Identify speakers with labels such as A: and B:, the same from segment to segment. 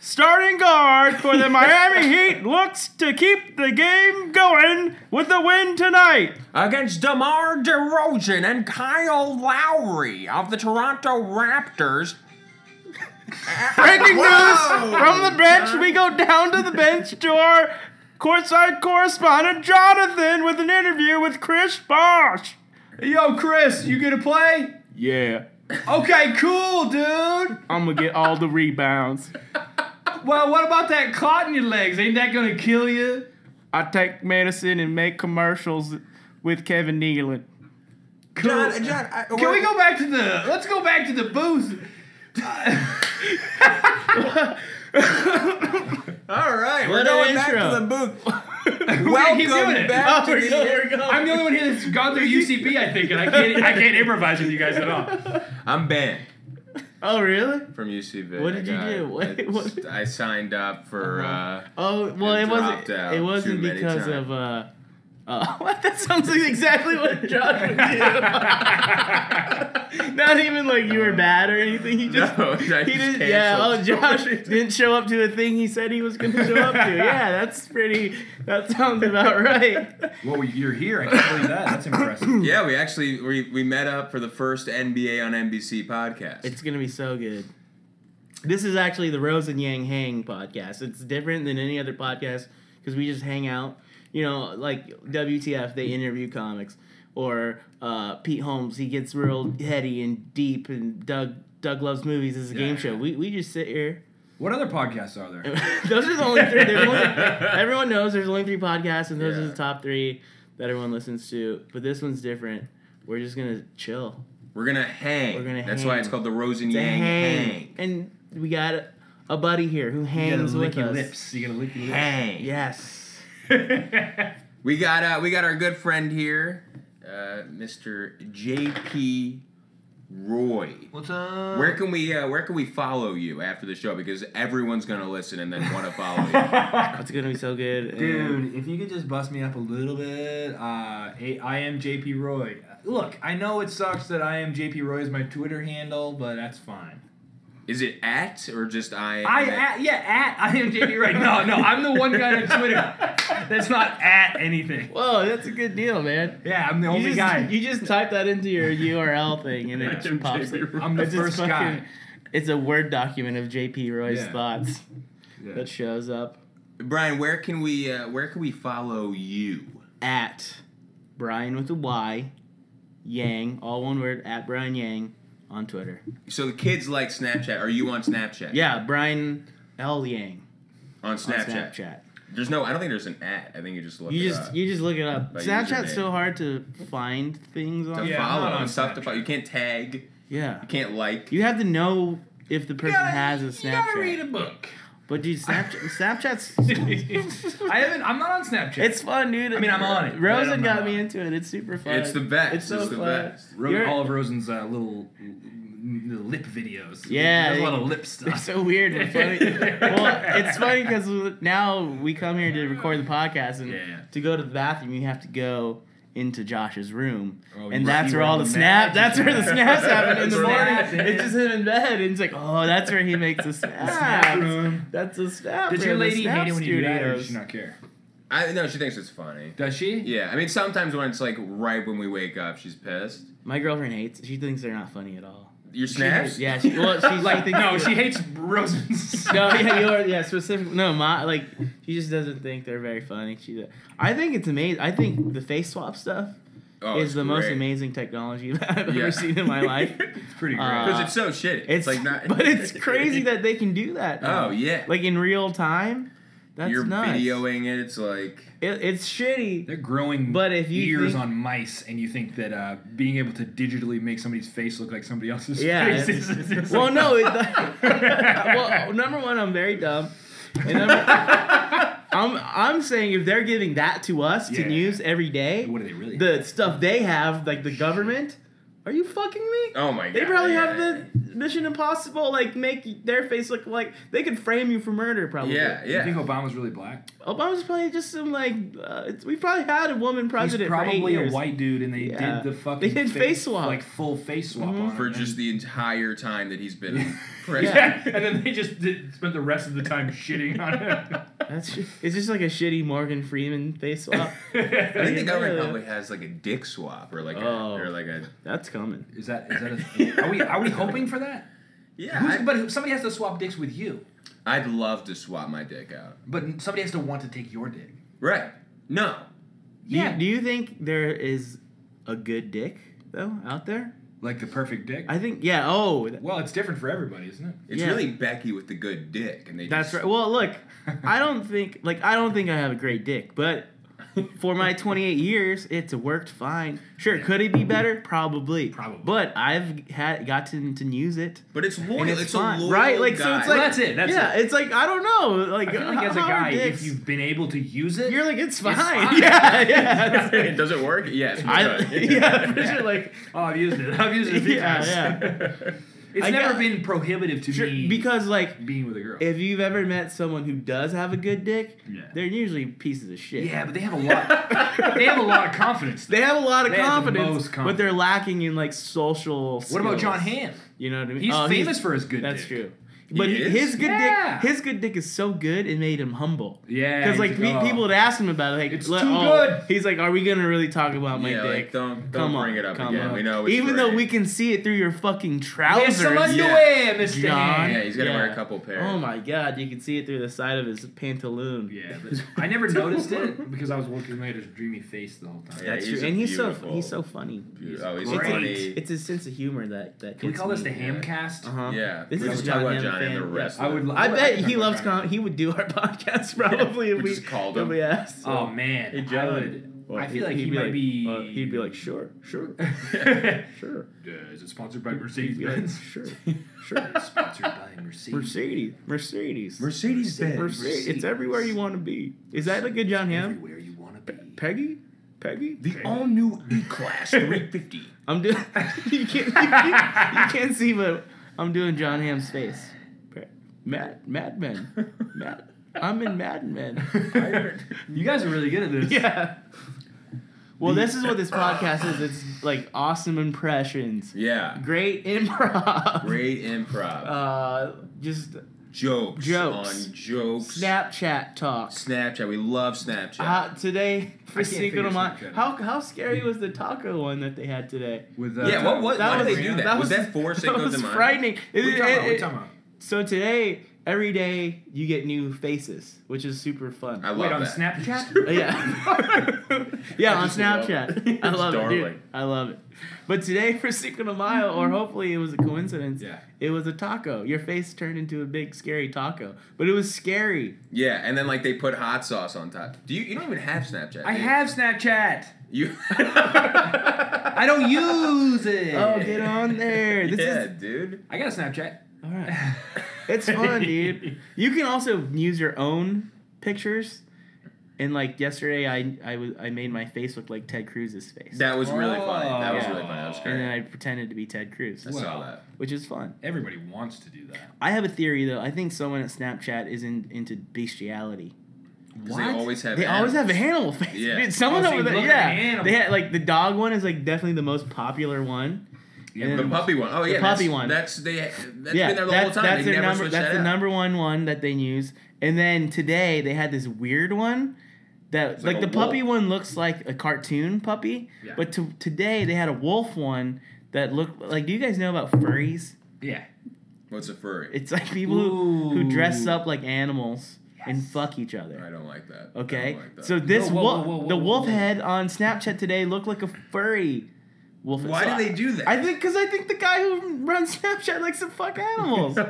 A: starting guard for the Miami Heat, looks to keep the game going with the win tonight.
B: Against DeMar DeRozan and Kyle Lowry of the Toronto Raptors.
A: Breaking news from the bench. We go down to the bench to our courtside correspondent, Jonathan, with an interview with Chris Bosch.
C: Yo, Chris, you gonna play?
A: Yeah.
C: Okay, cool, dude.
A: I'm gonna get all the rebounds.
C: Well, what about that clot in your legs? Ain't that gonna kill you?
A: I take medicine and make commercials with Kevin Nealon.
B: John, uh, John, I,
C: Can we go back to the? Let's go back to the booth.
B: All right, we're
A: What an
B: going back
A: intro.
B: to the booth.
C: keep doing
B: Welcome
C: it. Oh,
B: back to
A: Oh, we're
B: the.
A: going, we're going.
C: I'm the only one here that's gone through UCB, I think, and I can't. I can't improvise with you guys at all.
B: I'm banned
A: Oh really?
B: from UCB.
A: What did you
B: I
A: do?
B: got-
A: What-
B: I,
A: what-
B: I signed up for. Uh,
A: Oh well, it
B: And
A: wasn't.
B: dropped out
A: It
B: too
A: wasn't
B: many
A: because
B: times.
A: of. uh uh, that sounds like exactly what Josh would do. Not even like you were bad or anything. He just,
B: No, I
A: Oh, he
B: just
A: didn't. Yeah. Oh,
B: canceled.
A: Josh didn't show up to a thing he said he was going to show up to. Yeah, that's pretty. That sounds about right.
D: Well, you're here. I can't believe that. That's impressive.
B: yeah, we actually we, we met up for the first NBA on NBC podcast.
A: It's gonna be so good. This is actually the Rose and Yang Hang podcast. It's different than any other podcast because we just hang out. You know, like WTF, they interview comics, or uh, Pete Holmes, he gets real heady and deep, and Doug Doug loves movies is a game show. We, we just sit here.
D: What other podcasts are there?
A: those are the only three. There's only, everyone knows there's only three podcasts, and those are
B: Yeah.
A: the top three that everyone listens to. But this one's different. We're just gonna chill.
B: we're gonna hang.
A: We're gonna
B: That's
A: hang.
B: why it's called the Rose and
A: to
B: Yang
A: hang.
B: Hang.
A: And we got a, a buddy here who
D: You gotta
A: hangs
D: lick
A: with
D: your
A: us.
D: lips. You gotta lick your lips.
B: Hang.
A: Yes.
B: We got uh, we got our good friend here, uh, Mr. J.P. Roy.
C: What's up?
B: Where can we uh, where can we follow you after the show? Because everyone's gonna listen and then want to follow you.
A: It's gonna be so good. and-
D: Dude, if you could just bust me up a little bit, uh, I, I am JP Roy. Look, I know it sucks that I am JP Roy is my Twitter handle, but that's fine.
B: Is it at or just I?
C: I at, yeah at I am JP Right. No, no, I'm the one guy on Twitter that's not at anything.
A: Whoa, that's a good deal, man.
D: Yeah, I'm the
A: You
D: only
A: just,
D: guy.
A: you just type that into your URL thing and it just pops up.
D: I'm the
A: It's just
D: first
A: fucking-
D: guy.
A: It's a Word document of JP Roy's
D: Yeah.
A: thoughts
D: Yeah.
A: that shows up
B: Brian, where can we uh, where can we follow you?
A: at Brian with a Y, Yang, all one word, at Brian Yang on Twitter.
B: So the kids like Snapchat. Are you on Snapchat?
A: Yeah, Brian L. Yang
B: on
A: on
B: Snapchat.
A: Snapchat.
B: There's no. I don't think there's an at. I think you just look.
A: You
B: it
A: just
B: up.
A: you just look it up.
B: By
A: Snapchat's so
B: username.
A: hard to find things on.
B: to
A: Yeah.
D: Yeah, I'm
B: follow
D: not on
B: and stuff to
D: Snapchat.
B: follow. You can't tag. You can't like.
A: You have to know if the person has a
C: You gotta read
A: Snapchat.
C: a book.
A: But dude, Snapchat Snapchat's
C: I haven't. I'm not on Snapchat.
A: It's fun, dude. I
D: mean, I'm on it, but
A: Rosen
D: I'm
A: got
D: not
A: me
D: on it.
A: into it. It's super fun.
B: It's the best.
A: It's so
B: It's the
A: fun.
B: best.
D: Ro-
A: You're-
D: all of Rosen's uh, little mm, mm, lip videos.
A: Yeah,
D: There's a lot of
A: they-
D: lip
A: It's
D: stuff.
A: so weird but funny. well, it's funny because now we come here to record the podcast, and
D: Yeah, yeah.
A: to go to the bathroom, you have to go into Josh's room,
D: Oh,
A: and
D: you-
A: that's
D: you
A: where
D: were
A: all
D: on
A: the
D: the
A: snap.
D: magic
A: That's where the
D: app.
A: snaps happen in
D: That's
A: the
D: where
A: morning.
D: that's
A: It's
D: at.
A: just him in bed, and it's like, oh, that's where he makes the snap.
D: room.
A: That's a snap.
D: Did
A: room,
D: your
A: the
D: lady
A: snap
D: hate it when you do that, or does
A: studios.
D: she not care?
B: I no. She thinks it's funny.
D: Does she?
B: Yeah, I mean sometimes when it's like right when we wake up, she's pissed.
A: My girlfriend hates. She thinks they're not funny at all.
B: Your snaps.
A: Yeah, she, well, she's
D: Like,
A: like, thinks
D: no, she hates Rosen's.
A: No, yeah, you're yeah, specific. No, my like she just doesn't think they're very funny. She, I think it's amazing. I think the face swap stuff
B: Oh,
A: is the most
B: great.
A: amazing technology that I've
B: Yeah.
A: ever seen in my life.
D: It's pretty great.
A: Uh,
B: Because it's so shitty.
A: It's
B: like not.
A: but it's crazy that they can do that. now.
B: Oh yeah.
A: like in real time. That's
B: You're
A: nuts.
B: videoing it. It's like
A: It, it's shitty.
D: They're growing
A: But if you
D: ears
A: think-
D: on mice, and you think that uh, being able to digitally make somebody's face look like somebody else's
A: Yeah,
D: face
A: it's-
D: is, is, is
A: Well, no. It, well, number one, I'm very dumb. And number, I'm I'm I'm saying if they're giving that to us
C: Yeah.
A: to news every day,
C: What do they really?
A: the stuff they have, like the government, are you fucking me?
B: Oh my god.
A: They probably
B: yeah.
A: have the Mission Impossible, like make their face look like they could frame you for murder. Probably.
B: Yeah,
C: You think
B: yeah.
C: Obama's really black?
A: Obama's probably just some like uh, it's, we probably had a woman president.
C: He's
A: for eight
C: probably a
A: years.
C: white dude, and they
A: Yeah.
C: did the fucking
A: They did face swap. Mm-hmm.
C: like full face swap on
B: For
C: him,
B: just
C: and-
B: the entire time that he's been president.
E: Yeah, and then they just did, spent the rest of the time shitting on him.
A: That's ju- it's just like a shitty Morgan Freeman face swap.
B: I think the
A: Yeah.
B: government probably has like a dick swap or like
A: Oh.
B: a or like a
A: That's coming.
C: is that is that a, are we are we hoping for that?
B: yeah.
C: Who's,
B: I,
C: but who- somebody has to swap dicks with you.
B: I'd love to swap my dick out.
C: But somebody has to want to take your dick.
B: Right? No.
A: Do you, do you think there is a good dick though out there?
C: like the perfect dick.
A: I think yeah. Oh, th-
C: well, it's different for everybody, isn't it?
B: It's
A: Yeah.
B: really Becky with the good dick, and they
A: that's
B: just,
A: right. Well, look, I don't think like I don't think I have a great dick, but for my 28 years, it's worked fine. Sure, could it be better? Probably.
C: Probably.
A: But I've had gotten to use it.
B: But it's loyal.
A: And
B: It's,
A: it's
B: a
A: fine,
B: loyal
A: right? Like, so
B: guy.
A: it's
C: Well,
A: like-
C: that's it. That's
A: yeah,
C: it.
A: it's like I don't know. Like,
C: I feel like as a
A: how are
C: guy, if
A: dicks?
C: you've been able to use it,
A: you're like it's fine.
C: fine.
A: Yeah, yeah. that's it.
B: Does it work? Yes. we
A: I,
B: could.
A: yeah, for sure. Like
C: oh, I've used it. I've used it. a few
A: Yeah,
C: times. it's
A: I
C: never
A: got-
C: been prohibitive to
A: sure,
C: me
A: because like
C: being with a girl.
A: if you've ever met someone who does have a good dick,
C: Yeah.
A: they're usually pieces of shit.
C: yeah, but they have a lot. they have a lot of confidence.
A: They have a lot of
C: They have the
A: confidence,
C: most confidence.
A: but they're lacking in like social.
C: what about
A: skills.
C: John Hamm?
A: You know what I mean?
C: He's
A: Oh,
C: famous for his good.
A: That's
C: dick.
A: true. But
B: He
A: he-
B: is?
A: his good
C: Yeah.
A: dick, his good dick is so good it made him humble.
C: Yeah,
A: because
C: he's
A: like pe-
C: oh.
A: people would ask him about it, like
C: It's
A: le-
C: too
A: oh,
C: good.
A: He's like, are we gonna really talk about my
B: yeah,
A: dick?
B: like, don't don't
A: come
B: bring
A: on,
B: it up
A: come
B: again.
A: on.
B: We know. It's
A: Even though
B: great.
A: we can see it through your fucking
C: There's
A: trousers.
C: some underwear, Mr.
A: John.
C: Hamm.
B: Yeah, he's gotta wear
A: Yeah.
B: a couple pairs.
A: Oh my god, you can see it through the side of his pantaloon.
C: Yeah, but I never noticed it because I was looking at his dreamy face the whole time.
B: Yeah,
A: That's true.
B: a
A: And he's so
B: beautiful-
A: he's so funny.
B: Oh, he's
C: great.
B: funny.
A: It's his sense of humor that that.
C: Can we
A: gets
C: call this the
A: me.
B: yeah.
C: ham cast?
A: Uh-huh.
B: yeah.
A: This
B: we
A: is
B: should talk
A: John
B: about
A: Hamm
B: John and the
A: fan.
B: rest.
C: I would.
A: I bet he
C: I'd-
A: loves. Con- he would do our podcast probably if
B: we
A: we
B: just called
A: if
B: him.
A: we asked.
C: Oh man,
A: Hey, John.
C: I, would, I feel like he
A: he'd
C: might be.
A: uh, he'd be like, sure, sure, sure,
C: Uh, is it sponsored by
A: He'd
C: Mercedes
A: be like,
C: Benz?
A: sure, sure.
C: sponsored by Mercedes.
A: Mercedes, Mercedes,
B: Mercedes Benz.
A: Mercedes. It's everywhere you want to be. Is that a good John Hamm?
C: Everywhere you want to be.
A: Peggy, Peggy.
B: The all new E Class 350.
A: I'm doing. you can't. You can't, you can't see, but I'm doing John Hamm's face. Mad Mad Men. Mad. I'm in Mad Men.
C: You guys are really good at this.
A: Yeah. Well, this is what this podcast is. It's like awesome impressions,
B: yeah.
A: great improv,
B: Great improv.
A: uh, just
B: jokes.
A: jokes.
B: On jokes.
A: Snapchat talk.
B: Snapchat. We love Snapchat.
A: Uh, today for
C: I can't
A: Cinco de
C: figure
A: Mayo.
C: Snapchat
A: How how scary was the taco one that they had today?
C: With uh,
B: yeah, what, what,
A: That
B: why
A: was-
B: did they do that? was, that for Cinco
A: that was
B: de Mayo?
A: frightening. It-
C: We're talking about.
A: it-
C: We're
A: it-
C: talking about.
A: So today, every day, you get new faces, which is super fun.
B: I love
C: Wait
B: that.
C: on Snapchat.
A: yeah, yeah,
B: I
A: on
B: just love
A: Snapchat.
B: it.
A: I love
B: It's
A: it, dude.
B: darling.
A: I love it. But today for Cinco de Mayo, or hopefully it was a coincidence.
C: Yeah.
A: it was a taco. Your face turned into a big scary taco, but it was scary.
B: Yeah, and then like they put hot sauce on top. Do you? You don't even have Snapchat.
C: I
B: do you?
C: have Snapchat.
B: You.
C: I don't use it.
A: Oh, get on there! This
B: yeah,
A: is
B: dude.
C: I got a Snapchat.
A: all right. It's fun, dude. You can also use your own pictures. And like yesterday, I I was I made my face look like Ted Cruz's face.
B: That was really funny. That was
C: Oh.
B: really funny. That was
A: and then
B: great.
A: I pretended to be Ted Cruz,
B: I saw
C: Wow.
B: that.
A: which is fun.
C: Everybody wants to do that.
A: I have a theory though. I think someone at Snapchat is in, into bestiality.
B: Because they always have.
A: They always have
B: animals.
A: an animal face.
B: Yeah.
A: Dude, someone
C: Oh, so
A: over
C: you
A: there,
C: look at
A: yeah.
C: an animal.
A: They had like the dog one is like definitely the most popular one. And
B: The
A: then-
B: puppy one. Oh yeah,
A: puppy
B: that's-
A: one.
B: That's they. That's
A: yeah,
B: been there the
A: that's,
B: whole time.
A: that's
B: they
A: their
B: never
A: number.
B: switched
A: That's
B: that
A: the
B: out.
A: number one one that they use. And then today they had this weird one that like,
B: like
A: the
B: a
A: puppy one looks like a cartoon puppy,
C: Yeah.
A: but to, today they had a wolf one that looked like. Do you guys know about furries?
C: Yeah.
B: What's a furry?
A: It's like people who, who
C: Ooh.
A: dress up like animals and fuck each other.
B: I don't like that. I
A: Okay,
B: don't like that.
A: so this
C: Whoa, whoa,
A: wolf,
C: whoa, whoa,
A: the
C: whoa,
A: wolf
C: whoa.
A: head on Snapchat today looked like a furry wolf.
B: why
A: So
B: do they do that?
A: I think because I think the guy who runs Snapchat likes to fuck animals.
C: I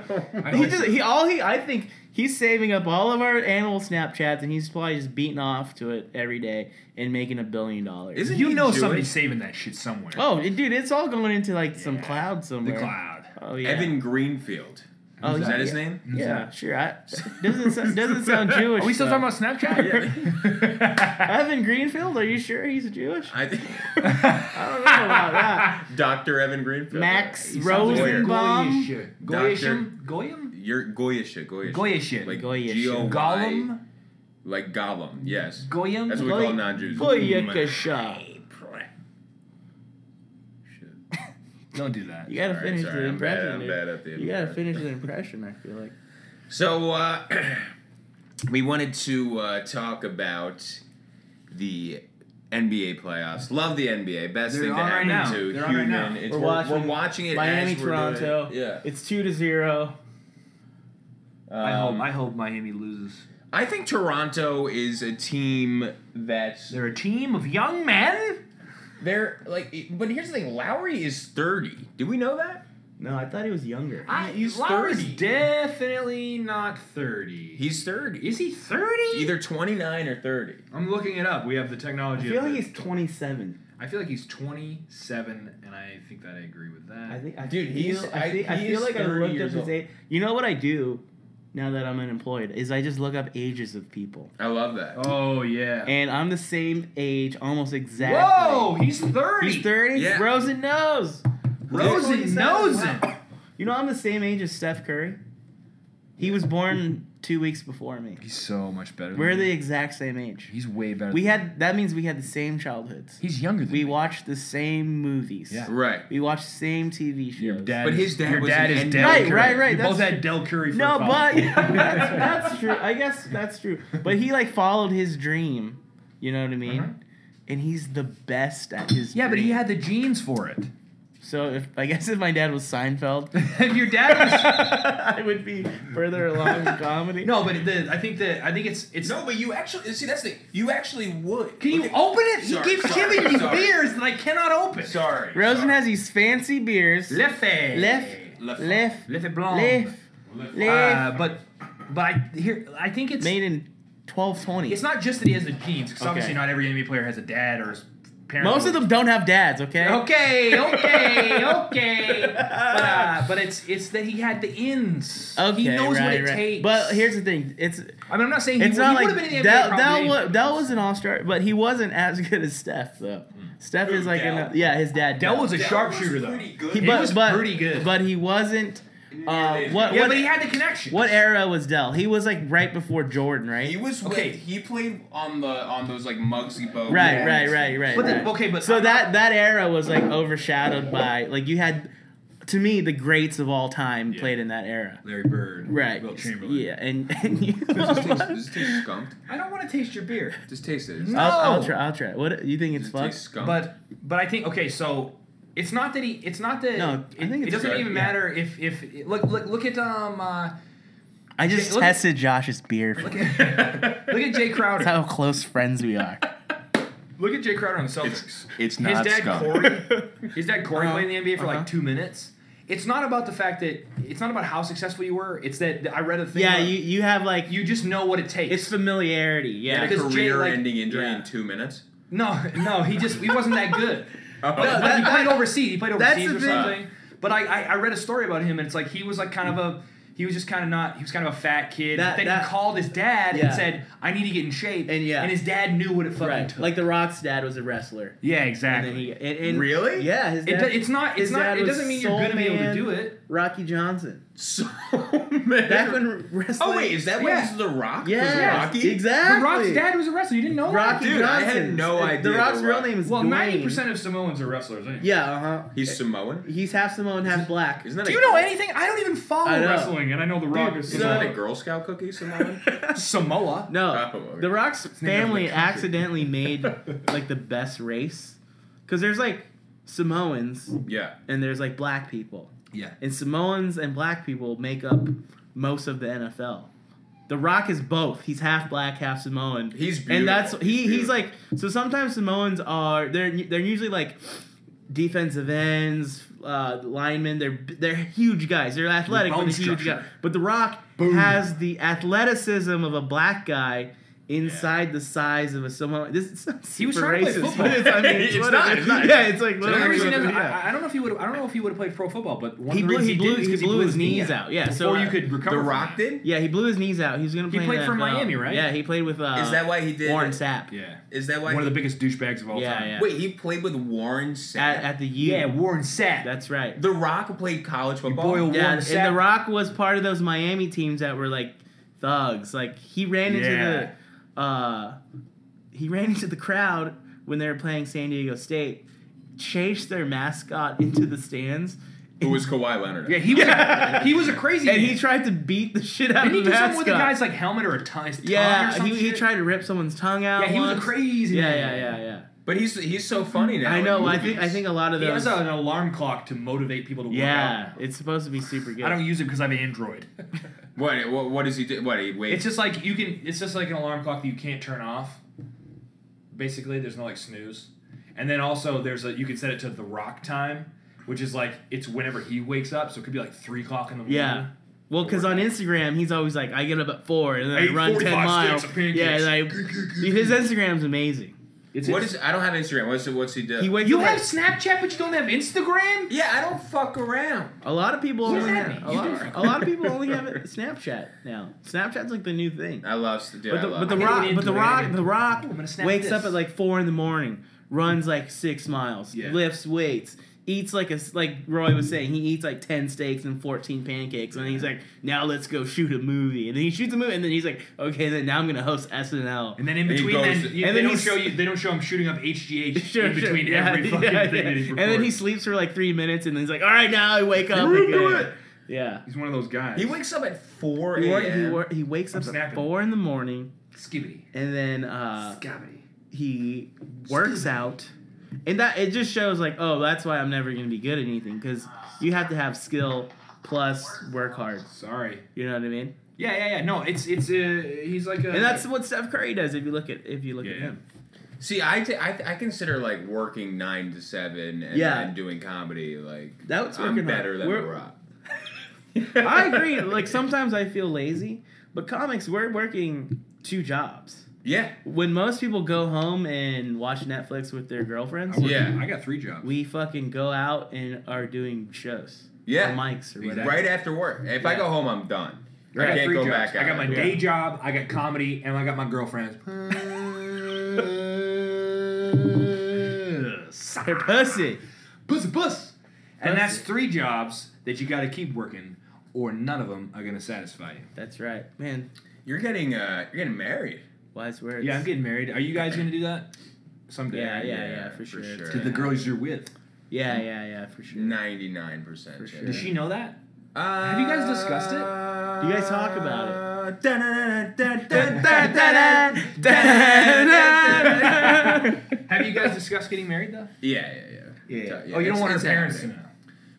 A: he
C: hope
A: just
C: so.
A: he all he I think he's saving up all of our animal Snapchats and he's probably just beating off to it every day and making a billion dollars.
B: Isn't
C: You
B: he
C: know
B: Jewish?
C: somebody's saving that shit somewhere.
A: Oh, dude, it's all going into like some cloud
C: the
A: somewhere.
C: cloud.
A: Oh yeah.
B: Evan Greenfield.
A: Oh,
B: Is
A: yeah,
B: that his
A: yeah.
B: name?
A: Yeah, sure. I, doesn't so- doesn't sound Jewish.
F: Are we still
A: though.
F: talking about Snapchat?
A: Evan Greenfield? Are you sure he's Jewish?
B: I think
A: I don't know about that.
B: Dr. Evan Greenfield.
A: Max
C: He sounds like a
A: Rosenbaum.
C: Goyish.
B: Doctor-
C: Goyishim? Goyim?
B: You're Goyish, Goyish.
C: Goyish.
B: Like
A: Goyish.
B: G-O-Y,
C: Gollum?
B: Like Gollum, yes.
C: Goyim?
B: That's what we call non-Jews.
A: Goyakasha.
B: Shit.
C: Don't do that.
A: You gotta
B: All right,
A: finish
B: sorry,
A: the
B: I'm bad-
A: impression.
B: I'm
A: dude.
B: bad at the
A: you gotta
B: impression.
A: finish the impression. I feel like.
B: So uh, we wanted to uh, talk about the NBA playoffs. Love the NBA. Best
C: They're
B: thing to
C: on right
B: happen
C: now.
B: to
C: They're on right
B: human.
C: now.
B: It's,
A: We're
B: we're, watching, we're
A: watching
B: watching it.
A: Miami,
B: as we're doing it.
A: Toronto.
B: Yeah.
A: It's two to zero.
C: I hope,
B: Um,
C: I hope Miami loses.
B: I think Toronto is a team that's
C: They're a team of young men?
B: they're like. But here's the thing: Lowry is thirty. Do we know that?
A: No, I thought he was younger.
C: I,
B: he's
C: Lowry's
B: 30.
C: definitely not 30.
B: He's thirty.
C: is he 30?
B: Either twenty nine or thirty.
C: I'm looking it up. We have the
A: I
C: technology.
A: feel
C: of
A: like
C: it.
A: he's 27.
C: I feel like he's 27, and I think that I agree with that.
A: I think. I
B: Dude,
A: feel,
B: he's-
A: I,
B: I-
A: think, I
B: he
A: feel
B: is
A: like I
B: 30
A: looked up
B: years
A: his
B: old.
A: age. You know what I do now that I'm unemployed is I just look up ages of people,
B: I love that.
C: Oh yeah.
A: and I'm the same age, almost exactly.
C: Whoa, he's 30.
A: He's 30.
B: Yeah.
A: Rosen knows.
C: Rosen
A: 27.
C: knows it.
A: Wow. You know I'm the same age as Steph Curry. He was born two weeks before me.
C: He's so much better.
A: We're
C: than
A: the
C: me.
A: exact same age.
C: He's way better.
A: We
C: than-
A: had that means we had the same childhoods.
C: He's younger than
A: We
C: me.
A: watched the same movies.
C: Yeah.
B: Right.
A: We watched the same TV shows.
C: Your dad.
B: But
C: is-
B: his dad
C: your
B: was
C: dad
B: an
C: is
B: NBA
C: Del
A: Right,
C: Curry.
A: right, right,
C: You
A: that's-
C: both had Del Curry for
A: No,
C: father.
A: but that's, that's true. I guess that's true. But he like followed his dream. You know what I mean?
C: Uh-huh.
A: And he's the best at his.
C: yeah, but he
A: dream.
C: had the genes for it.
A: So if I guess if my dad was Seinfeld,
C: if your dad
A: I would be further along in comedy.
C: was no, but the, I think that I think it's it's.
B: No, but you actually see that's the thing. You actually would.
C: Can you
B: Look at-
C: open it?
B: Sorry,
C: he keeps
B: sorry,
C: giving me
B: sorry.
C: beers that I cannot open.
B: Sorry.
A: Rosen
B: sorry.
A: has these fancy beers.
C: Leffe.
A: left,
B: Left.
A: left, left,
C: Leffe Blanc.
A: left.
C: Uh, but but I here I think it's
A: Made in twelve twenty.
C: It's not just that he has the genes, because
A: Okay.
C: obviously not every NBA player has a dad or his parents.
A: Most of them don't have dads. Okay.
C: Okay, okay, okay. but, uh, but it's it's that he had the ins.
A: Okay,
C: he knows
A: right,
C: what it
A: right.
C: takes.
A: But here's the thing: it's
C: I mean, I'm not saying he,
A: it's
C: would-
A: not
C: he
A: like
C: would have been in the NBA.
A: Dell,
C: probably.
A: Dell, wa- Dell was an all star, but he wasn't as good as Steph though. Steph
B: Who,
A: is like
B: Dell?
A: an, yeah, his dad.
C: Dell was a
B: That was
C: sharpshooter though.
B: pretty good.
A: he,
C: he
A: but,
C: was
A: but,
C: pretty good.
A: but he wasn't. Uh, what
C: yeah,
A: what,
C: but he had the connection.
A: what era was Dell? He was like right before Jordan, right?
B: He was
C: Okay.
B: okay. he played on the on those like Muggsy Bogues.
A: Right, right, right, right.
C: But the-
A: right.
C: okay, but
A: so
C: I'm
A: that that era was like overshadowed by like you had, to me, the greats of all time played in that era.
C: Larry Bird,
A: Right.
C: Will Chamberlain.
A: Yeah, and, and you
B: Does this taste, does this taste skunked?
C: I don't want to taste your beer.
B: Just taste it.
C: No.
A: I'll, I'll try. I'll try. What you think it's
B: Does it
A: fucked?
B: taste skunked?
C: But but I think okay, so it's not that he. It's not that.
A: No, I
C: it,
A: think
C: it
A: it's
C: doesn't
B: good,
C: even
A: yeah.
C: matter if if look look look at um uh,
A: I just
C: Yeah, look at-
A: tested Josh's beer. For
C: look at look at Jay Crowder.
A: That's how close friends we are.
C: Look at Jay Crowder on the Celtics.
B: it's
C: his dad Corey, his dad Corey
A: Uh-huh,
C: played in the NBA for
A: uh-huh.
C: like two minutes. It's not about the fact that it's not about how successful you were. It's that I read a thing.
A: yeah,
C: about-
A: you you have like
C: you just know what it takes.
A: it's familiarity. Yeah.
B: Had a
C: because Jay,
B: career-ending injury
A: yeah. Oh,
B: in two minutes.
C: no, no, he just he wasn't that good.
B: Oh.
C: Like,
A: that-
C: he played overseas. He played
A: that's
C: overseas
A: the
C: or
A: thing.
C: something. But I, I I read a story about him and it's like he was like kind of a he was just kind of not he was kind of a fat kid.
A: That-
C: then
A: that-
C: he called his dad
A: Yeah.
C: and said I need to get in shape.
A: And yeah.
C: and his dad knew what it fucking
A: right.
C: took.
A: Like the Rock's dad was a wrestler.
C: yeah,
A: And then
C: exactly.
A: he, and, and-
B: Really?
A: Yeah. His
C: It,
A: dad,
C: do- it's not.
A: his
C: It's not.
A: dad
C: It
A: was
C: doesn't mean you're
A: Soul
C: gonna be able to
A: Man.
C: do it.
A: Rocky Johnson.
B: So many.
A: Back when wrestling.
B: oh wait, is that
C: Yeah.
B: what this is the Rock? Was
A: yeah,
B: Rocky.
A: exactly.
C: The Rock's dad was a wrestler. You didn't know
A: Rocky
B: Dude, I
A: Johnson.
B: had no idea
A: The
B: The
A: Rock's real
B: Rock-
A: name is
C: that? Well,
A: Dwayne.
C: ninety percent of Samoans are wrestlers. Ain't
A: Yeah. Uh huh.
B: He's Samoan.
A: He's half Samoan, half black.
B: Isn't that?
C: Do
B: a
C: you know anything? I don't even follow
A: I know.
C: wrestling, and I know the Rock
A: Dude,
C: is
B: Isn't that a
C: Samoa.
B: Girl Scout cookie, Samoan?
C: Samoa.
A: No,
B: Oh, okay.
A: The Rock's
C: named after
A: family
C: the country.
A: accidentally made like the best race, because there's like Samoans
B: yeah.
A: and there's like black people,
C: Yeah.
A: and Samoans and black people make up most of the NFL. The Rock is both. He's half black, half Samoan.
B: He's
A: and that's
B: beautiful.
A: he.
B: He's
A: He's like so. Sometimes Samoans are they're they're usually like defensive ends, uh, linemen. They're they're huge guys. They're athletic, but
C: Bone
A: they're huge
C: structure.
A: guys. But The Rock has the athleticism of a black guy inside the size of a someone. This is super
G: He was trying to play
A: racist,
G: football.
A: but it's, I mean,
B: It's
A: whatever.
B: not, it's not.
A: Yeah, it's like
G: The only
A: whatever.
G: reason he doesn't-
A: Yeah.
G: I, I don't know if he would. I don't know if he would have played pro football, but one
A: he
G: of the
A: blew,
G: reasons
A: he blew,
G: did
A: he blew his knees out. Yeah, so
G: before
A: uh,
G: you could recover.
B: The
G: from
B: Rock
G: that.
B: did.
A: Yeah, he blew his knees out. He was gonna play. in
G: played
A: the
G: for
A: NFL.
G: Miami, right?
A: Yeah, he played with. Uh,
B: Is that why he did?
A: Warren
B: it?
A: Sapp?
C: Yeah.
B: Is that why?
C: One of the
B: he-
C: biggest douchebags of all
A: Yeah,
C: time.
A: yeah.
B: Wait, he played with Warren Sapp.
A: At, at the U.
G: Yeah, Warren Sapp.
A: that's right.
B: the Rock played college football.
C: boy, Warren
A: Yeah,
C: Sapp.
A: and The Rock was part of those Miami teams that were like thugs. Like he ran into
C: Yeah.
A: the, uh, he ran into the crowd when they were playing San Diego State, chased their mascot into the stands,
B: who was Kawhi Leonard?
G: yeah, he was. He was a crazy.
A: and
G: man.
A: he tried to beat the shit out
G: Didn't he
A: of the
G: do
A: mascot.
G: something with a guy's like helmet or a tongue? His tongue or
A: yeah,
G: some
A: he, he
G: shit?
A: tried to rip someone's tongue out.
G: Yeah, he was a
A: once.
G: crazy.
A: Yeah, yeah,
G: man.
A: yeah, yeah.
B: but he's he's so funny now.
A: I
B: in
A: know. I think I
B: movies.
A: think a lot of
C: He
A: those.
C: has an alarm clock to motivate people to work
A: yeah,
C: out.
A: it's supposed to be super good.
C: I don't use it because I have an Android.
B: What what what does he do? What he
C: it's
B: waits.
C: just like you can. It's just like an alarm clock that you can't turn off. Basically, there's no like snooze, and then also there's a you can set it to the rock time, which is like it's whenever he wakes up. So it could be like three o'clock in the morning.
A: Yeah. Well, because on Instagram he's always like, I get up at four and then
C: I
A: I,
C: eat
A: run
C: 45
A: ten miles.
C: sticks of pancakes.
A: Yeah, like his Instagram's amazing.
C: It's,
B: what
C: it's-
B: is? I don't have Instagram. What's what's he do?
A: He wakes
C: you
A: up.
C: have Snapchat, but you don't have Instagram.
B: yeah, I don't fuck around.
A: a lot of people.
C: What does
A: only
C: that
A: have,
C: mean?
A: a,
C: You
A: lot,
C: do.
A: a lot of people only have it- Snapchat now. Snapchat's like the new thing.
B: I love to do.
A: But
B: I
A: the,
B: love
A: but the
B: it.
A: rock,
C: get
A: but the
C: into it.
A: rock, the rock
C: Ooh, I'm gonna snap
A: wakes
C: this.
A: up at like four in the morning, runs like six miles,
C: Yeah.
A: lifts weights, eats like a s- like Roy was saying, he eats like ten steaks and fourteen pancakes, and then he's like, now let's go shoot a movie, and then he shoots a movie, and then he's like, okay, then now I'm gonna host SNL.
C: And then in
B: And he
C: between,
B: goes-
C: then, you,
A: and
C: they
A: then
C: don't
A: he's-
C: show you. They don't show him shooting up HGH
A: Sure,
C: in
A: sure,
C: between
A: yeah,
C: every fucking
A: yeah,
C: thing that he records.
A: yeah. And then he sleeps for like three minutes, and then he's like, all right, now I wake up.
C: Room to
A: again."
C: it.
A: Yeah.
C: He's one of those guys.
B: he wakes up at four
A: He, wa- he,
B: a.m.
A: wa- he wakes
C: I'm
A: up at
C: snapping.
A: four in the morning,
C: skibbity,
A: and then uh,
C: skibbity.
A: he works out and that it just shows like oh that's why i'm never gonna be good at anything because you have to have skill plus work hard
C: Sorry.
A: you know what i mean
C: Yeah, yeah, yeah. No, it's it's uh, he's like a.
A: and that's what steph curry does if you look at if you look at
C: Yeah.
A: him
B: See, I, t- I, I consider like working nine to seven and
A: Yeah.
B: then doing comedy like
A: That's
B: I'm
A: working
B: better
A: hard.
B: than
A: We're-
B: The Rock.
A: i agree like sometimes i feel lazy but comics we're working two jobs
B: Yeah,
A: when most people go home and watch netflix with their girlfriends
C: I work-
B: Yeah.
C: I got three jobs.
A: we fucking go out and are doing shows
B: Yeah.
A: or mics or whatever
C: Exactly.
B: right after work. If I go home, I'm done.
C: I
B: I
C: got
B: can't
C: three
B: go
C: jobs.
B: back.
C: I got
B: out.
C: my
B: Yeah.
C: day job. I got comedy, and I got my girlfriends.
A: They're pussy
C: puss, puss. And
A: Pussy.
C: that's three jobs that you got to keep working, or none of them are gonna satisfy you.
A: that's right man
B: You're getting uh, you're getting married.
A: wise words
C: Yeah, I'm getting married. Are you guys gonna do that someday?
A: Yeah, yeah,
B: Yeah,
A: yeah, for
B: for
A: sure.
B: sure.
A: It's
C: To the
A: gonna-
C: girls you're with.
A: Yeah, yeah, yeah, for sure.
B: Ninety nine percent.
A: For sure.
C: Does she know that?
B: Uh,
C: you guys discussed it?
B: Do
A: you guys talk about
B: it?
A: yeah,
C: Have you guys discussed getting married though?
B: Yeah, yeah, yeah.
C: Oh, you
B: it's-
C: don't want her
B: it's
C: parents to
B: happening.
C: know.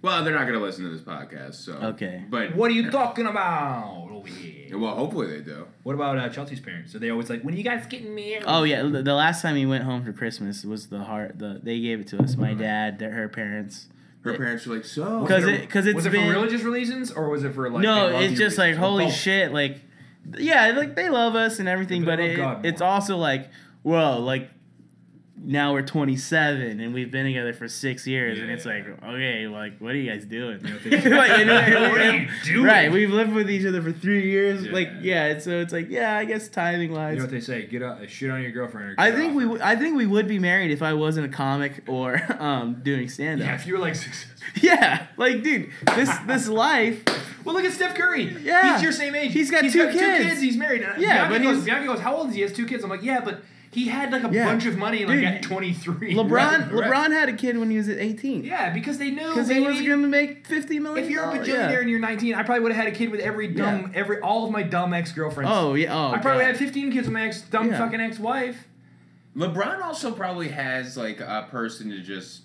B: Well, they're not going to listen to this podcast, so.
A: Okay.
B: But
C: What are you talking about over here?
B: Well, hopefully they do.
C: What about uh, Chelsea's parents? Are they always like, when are you guys getting married?
A: oh yeah, the the last time we went home for Christmas was the heart. The they gave it to us.
C: Mm-hmm.
A: My dad, their, her parents.
B: Her
A: Yeah.
B: parents were like, so.
A: Because it, because it's
C: Oh, was it
A: been
C: for religious reasons or was it for like? they
A: no,
C: love
A: it's
C: you
A: just like
C: reasons? Oh, Or
A: holy
C: both?
A: shit, like yeah, like they love us and everything,
C: They
A: but
C: love
A: it,
C: God
A: it's
C: more.
A: also like whoa, like now we're 27 and we've been together for six years, and it's
C: Yeah.
A: like okay, like what are you guys doing?
C: You know,
A: Like,
C: they-
A: you know,
C: What are you doing?
A: Right, we've lived with each other for three years.
C: Yeah.
A: Like, yeah, it's- so it's like, yeah, I guess
C: You
A: timing
C: know
A: wise.
C: what they say? Get out, shit on your girlfriend. Or get
A: I think
C: off.
A: we, w- I think we would be married if I wasn't a comic or um, doing stand
C: Yeah,
A: up.
C: if you were like successful.
A: Yeah. like, dude, this this life.
C: Well, look at Steph Curry.
A: Yeah.
C: he's your same age.
A: He's got two kids.
C: He's married. And Bianca
A: Yeah, but
C: goes,
A: he's-
C: Bianca goes, how old is he? He has two kids. I'm like, yeah, but he had like a
A: Yeah.
C: bunch of money like
A: Dude,
C: at 23.
A: LeBron,
C: Right, right.
A: LeBron had a kid when he was at eighteen
C: Yeah, because they knew
A: because he
C: baby.
A: was gonna make fifty million.
C: If you're a
A: dollars.
C: bajillionaire
A: yeah.
C: and you're 19, I probably would have had a kid with every dumb, every all of my dumb ex girlfriends.
A: oh yeah, oh,
C: I probably had
A: God.
C: 15 kids with my ex dumb
A: Yeah.
C: fucking ex wife.
B: LeBron also probably has, like, a person to just.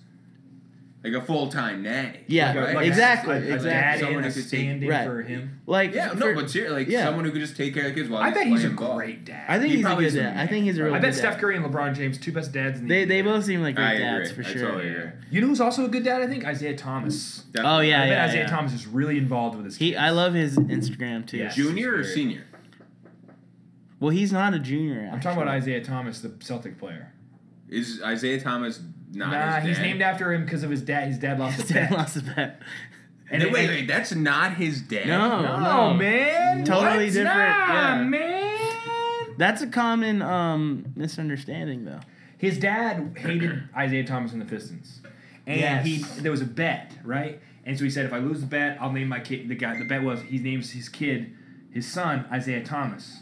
B: Like a full time nanny.
A: Yeah,
B: right?
A: like exactly,
C: A, a dad
A: exactly.
C: and
B: Someone
C: a
B: who could take.
C: stand-in
A: Right.
C: for him.
A: Like,
B: Yeah,
A: for-
B: no, but seriously, like
A: yeah.
B: someone who could just take care of the kids while
C: I
B: he's
C: bet he's a
B: playing ball.
C: great dad.
A: I think
B: he
A: he's a
B: probably
A: good
B: is a
A: dad. I
B: man.
A: think he's a really
C: I
A: good
C: bet Steph
A: dad.
C: Curry and LeBron James, two best dads in the
A: They they
C: NBA.
A: both seem like
B: I
A: great dads
B: agree.
A: for
B: I
A: sure.
B: totally agree.
C: You know who's also a good dad? I think Isaiah Thomas.
A: Oh
B: Definitely.
A: yeah,
C: I bet
A: yeah,
C: Isaiah
A: yeah.
C: Thomas is really involved with his.
A: He,
C: kids.
A: I love his Instagram too.
C: Yes.
B: Junior or
C: Very-
B: senior?
A: Well, he's not a junior.
C: I'm talking about Isaiah Thomas, the Celtic player.
B: Is Isaiah Thomas not?
C: Nah,
B: his
C: he's
B: dad?
C: named after him because of his dad. His dad lost his
A: Dad
C: bet.
A: lost a bet.
C: And
B: No,
C: it-
B: wait,
C: and-
B: wait, that's not his dad.
A: No,
C: No,
A: no,
C: man.
A: Totally
C: What?
A: different,
C: Nah,
A: yeah.
C: man.
A: That's a common um, misunderstanding, though.
C: His dad hated Isaiah Thomas and the Pistons, and
A: Yes.
C: he there was a bet, right? And so he said, if I lose the bet, I'll name my kid. The guy, the bet was he names his kid, his son Isaiah Thomas,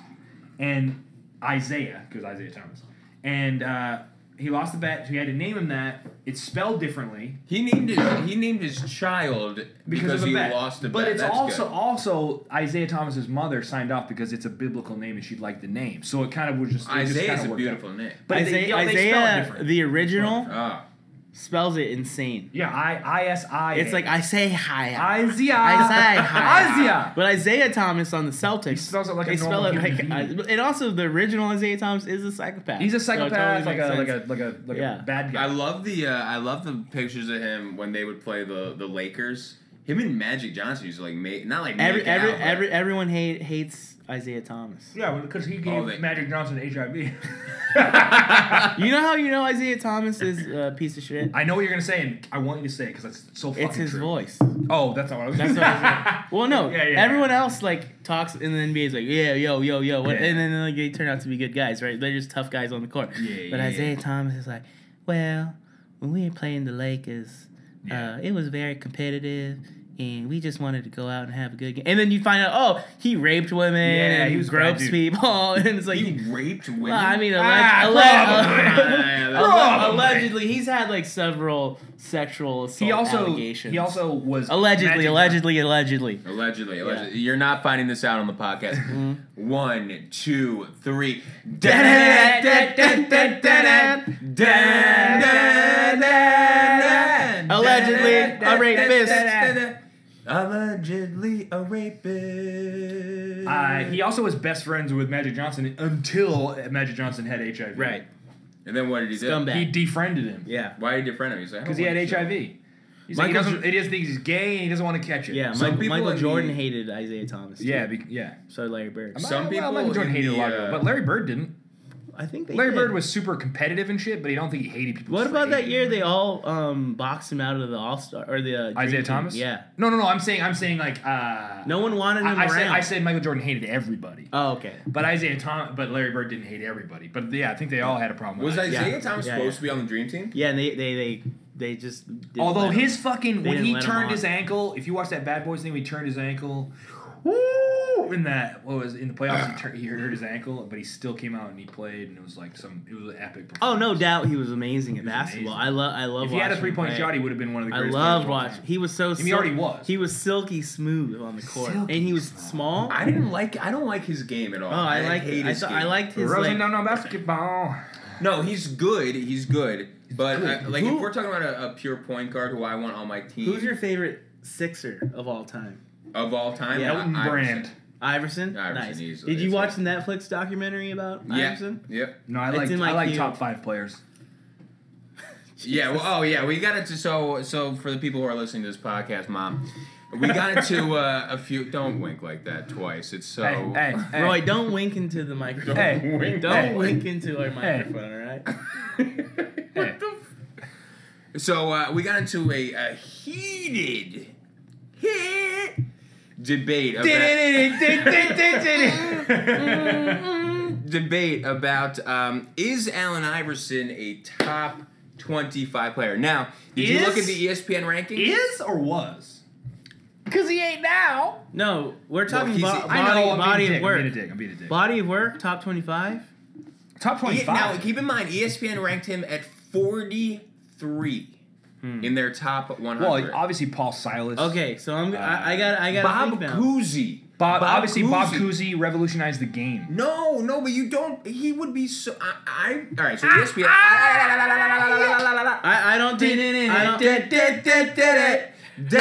C: and Isaiah because Isaiah Thomas, and uh, he lost the bet. So he had to name him that. It's spelled differently
B: He named his he named his child because,
C: because, of a
B: he
C: bet.
B: lost a
C: but
B: bet.
C: it's
B: That's
C: also
B: good.
C: also Isaiah Thomas's mother signed off because it's a biblical name and she liked the name. So it kind of was just it just
B: Isaiah's
C: kinda
B: a
C: worked
B: beautiful
C: Out.
B: name.
C: But
A: Isaiah,
C: they, yeah, they spell it
A: Isaiah
C: different.
A: the original,
B: Ah,
A: spells it insane.
C: yeah, I I S I.
A: It's like I say hi.
C: Isaiah.
A: I say hi.
C: Isaiah.
A: But Isaiah Thomas on the Celtics, he
C: spells it like
A: they
C: a
A: spell
C: normal
A: it like,
C: human
A: I- and also the original Isaiah Thomas is a psychopath.
C: He's a
A: So it totally
C: psychopath, like,
A: makes
C: a, like
A: sense.
C: a like a like
A: Yeah.
C: a bad
B: I
C: guy.
B: love the uh, I love the pictures of him when they would play the the Lakers. Him and Magic Johnson used to like make not like
A: every
B: make
A: every,
B: out, but-
A: every everyone hate, hates Isaiah Thomas.
C: Yeah, because he gave
B: Oh, they-
C: Magic Johnson HIV.
A: You know how you know Isaiah Thomas is a piece of shit?
C: I know what you're gonna say, and I want you to say it because that's so fucking
A: It's his
C: true.
A: voice.
C: Oh, that's not what I was.
A: That's what I Well, no,
C: Yeah, yeah.
A: everyone else like talks in the NBA is like, yeah, yo, yo, yo, what?
C: Yeah.
A: and then like they turn out to be good guys, right? They're just tough guys on the court.
C: Yeah,
A: but
C: yeah,
A: Isaiah Thomas is like, well, when we were playing the Lakers, uh, it was very competitive. And we just wanted to go out and have a good game. And then you find out, oh, he raped women
C: Yeah,
A: and
C: he was a bad
A: gropes
C: dude.
A: people. And it's like,
B: he raped women.
A: well, I mean, alleg-
C: Ah,
A: alleg-
C: probably.
B: Yeah,
A: alle-
B: that's-
C: Probably.
A: allegedly, he's had like several sexual assault
C: he also
A: allegations.
C: he also was
A: allegedly,
C: Magic-
A: allegedly, allegedly.
B: Allegedly, allegedly. You're not finding this out on the podcast.
A: Mm-hmm.
B: One, two, three.
A: Allegedly a rapist.
B: Allegedly a rapist.
C: Uh, he also was best friends with Magic Johnson until Magic Johnson had HIV.
A: Right.
B: and then what did he do?
A: Scumbag.
C: He defriended him.
A: Yeah.
B: Why did you friend him? He's like, I
C: Because he
B: don't
C: had
B: like you.
C: HIV. He's like, he
B: Michael
C: doesn't. He just thinks he's gay and he doesn't want to catch it.
A: Yeah,
B: Some
A: Michael,
B: people
A: Michael
B: in
A: Jordan
B: the-
A: hated Isaiah Thomas. too.
C: Yeah. Be, yeah.
A: So did Larry Bird.
B: Some
C: Well,
B: people
C: Michael Jordan
B: in
C: hated a
B: the,
C: lot of
B: uh,
C: people, but Larry Bird didn't.
A: I think they
C: Larry
A: did.
C: Bird was super competitive and shit, but he don't think he hated people.
A: What
C: for
A: about that
C: hating
A: year
C: him.
A: they all um, boxed him out of the All Star or the uh, Dream
C: Isaiah
A: Team?
C: Thomas?
A: Yeah.
C: No, no, no. I'm saying, I'm saying like. Uh,
A: No one wanted him
C: I, I
A: around.
C: said, I said Michael Jordan hated everybody,
A: Oh, okay.
C: but Isaiah Thomas, but Larry Bird didn't hate everybody. But yeah, I think they all had a problem.
B: Was
C: with that?
B: Isaiah
A: Yeah.
B: Thomas
A: Yeah,
B: supposed
A: yeah.
B: to be on the dream team?
A: Yeah, and they they they, they just. didn't
C: Although
A: let him.
C: his fucking
A: They
C: when
A: didn't
C: he
A: let him
C: turned
A: on.
C: his ankle, if you watch that Bad Boys thing, he turned his ankle. Woo! In that what was it, in the playoffs, he, tur- he hurt his ankle, but he still came out and he played, and it was like some it was an epic.
A: Oh no
C: performance.
A: doubt he was amazing at
C: was
A: basketball.
C: amazing.
A: I love I love.
C: If he had a
A: watching
C: three point
A: him
C: shot,
A: play.
C: he would have been one of the
A: I
C: greatest.
A: loved
C: players of all
A: watching. He was so.
C: mean, he already was.
A: He was silky smooth on the court,
C: Silky
A: and he was
C: smooth.
A: small.
B: I didn't like. I don't like his game at all.
A: oh, I like.
B: hate
A: I,
B: his
A: saw,
B: game.
A: I liked
C: time.
A: his.
C: Rosen
A: like-
C: don't know basketball.
B: No, he's good. He's good. But
C: good.
B: I, like,
A: Who-
B: if we're talking about a, a pure point guard who I want on my team
A: who's your favorite Sixer of all time?
B: of all time,
A: Yeah.
B: I-
C: Elton
B: I-
C: Brand.
A: Iverson?
B: Iverson,
A: nice.
B: easily.
A: Did you
B: It's
A: watch the Netflix documentary about
B: Yeah.
A: Iverson?
B: Yep.
C: No, I
A: It's
C: like
A: in my
C: I like
A: queue.
C: top five players.
B: Yeah. Well, oh yeah. We got it to so so for the people who are listening to this podcast, mom. We got it to uh, a few. Don't wink like that twice. It's so.
C: Hey, hey, hey.
A: Roy, don't wink into the microphone.
C: Hey.
B: Wink
A: Don't
B: like-
A: wink into our microphone, all right?
C: Hey.
B: So uh, we got into a, a heated, heated debate about, debate about um, is Allen Iverson a top twenty-five player? Now, did you look at
C: Is?
B: the E ESPN rankings?
C: Is or was?
D: Because he ain't now.
A: No, we're talking
B: he's-
A: about
B: I
A: body,
C: I'm
A: body
C: being a dick,
A: of work.
C: I'm being a dick. I'm being a dick.
A: Body of work, top 25?
C: Top
B: E-
C: twenty
B: now,
C: five.
B: keep in mind, E ESPN ranked him at forty-three in their top one
C: Well,
B: hundred.
C: obviously Paul Silas.
A: Okay, so I'm,
C: Uh,
A: I, I got I got
B: Bob Cousy.
C: Bob, obviously Bob Cousy revolutionized the game.
B: No, no, but you don't. He would be so. I. I all right, so E ESPN.
A: I, I don't think I don't,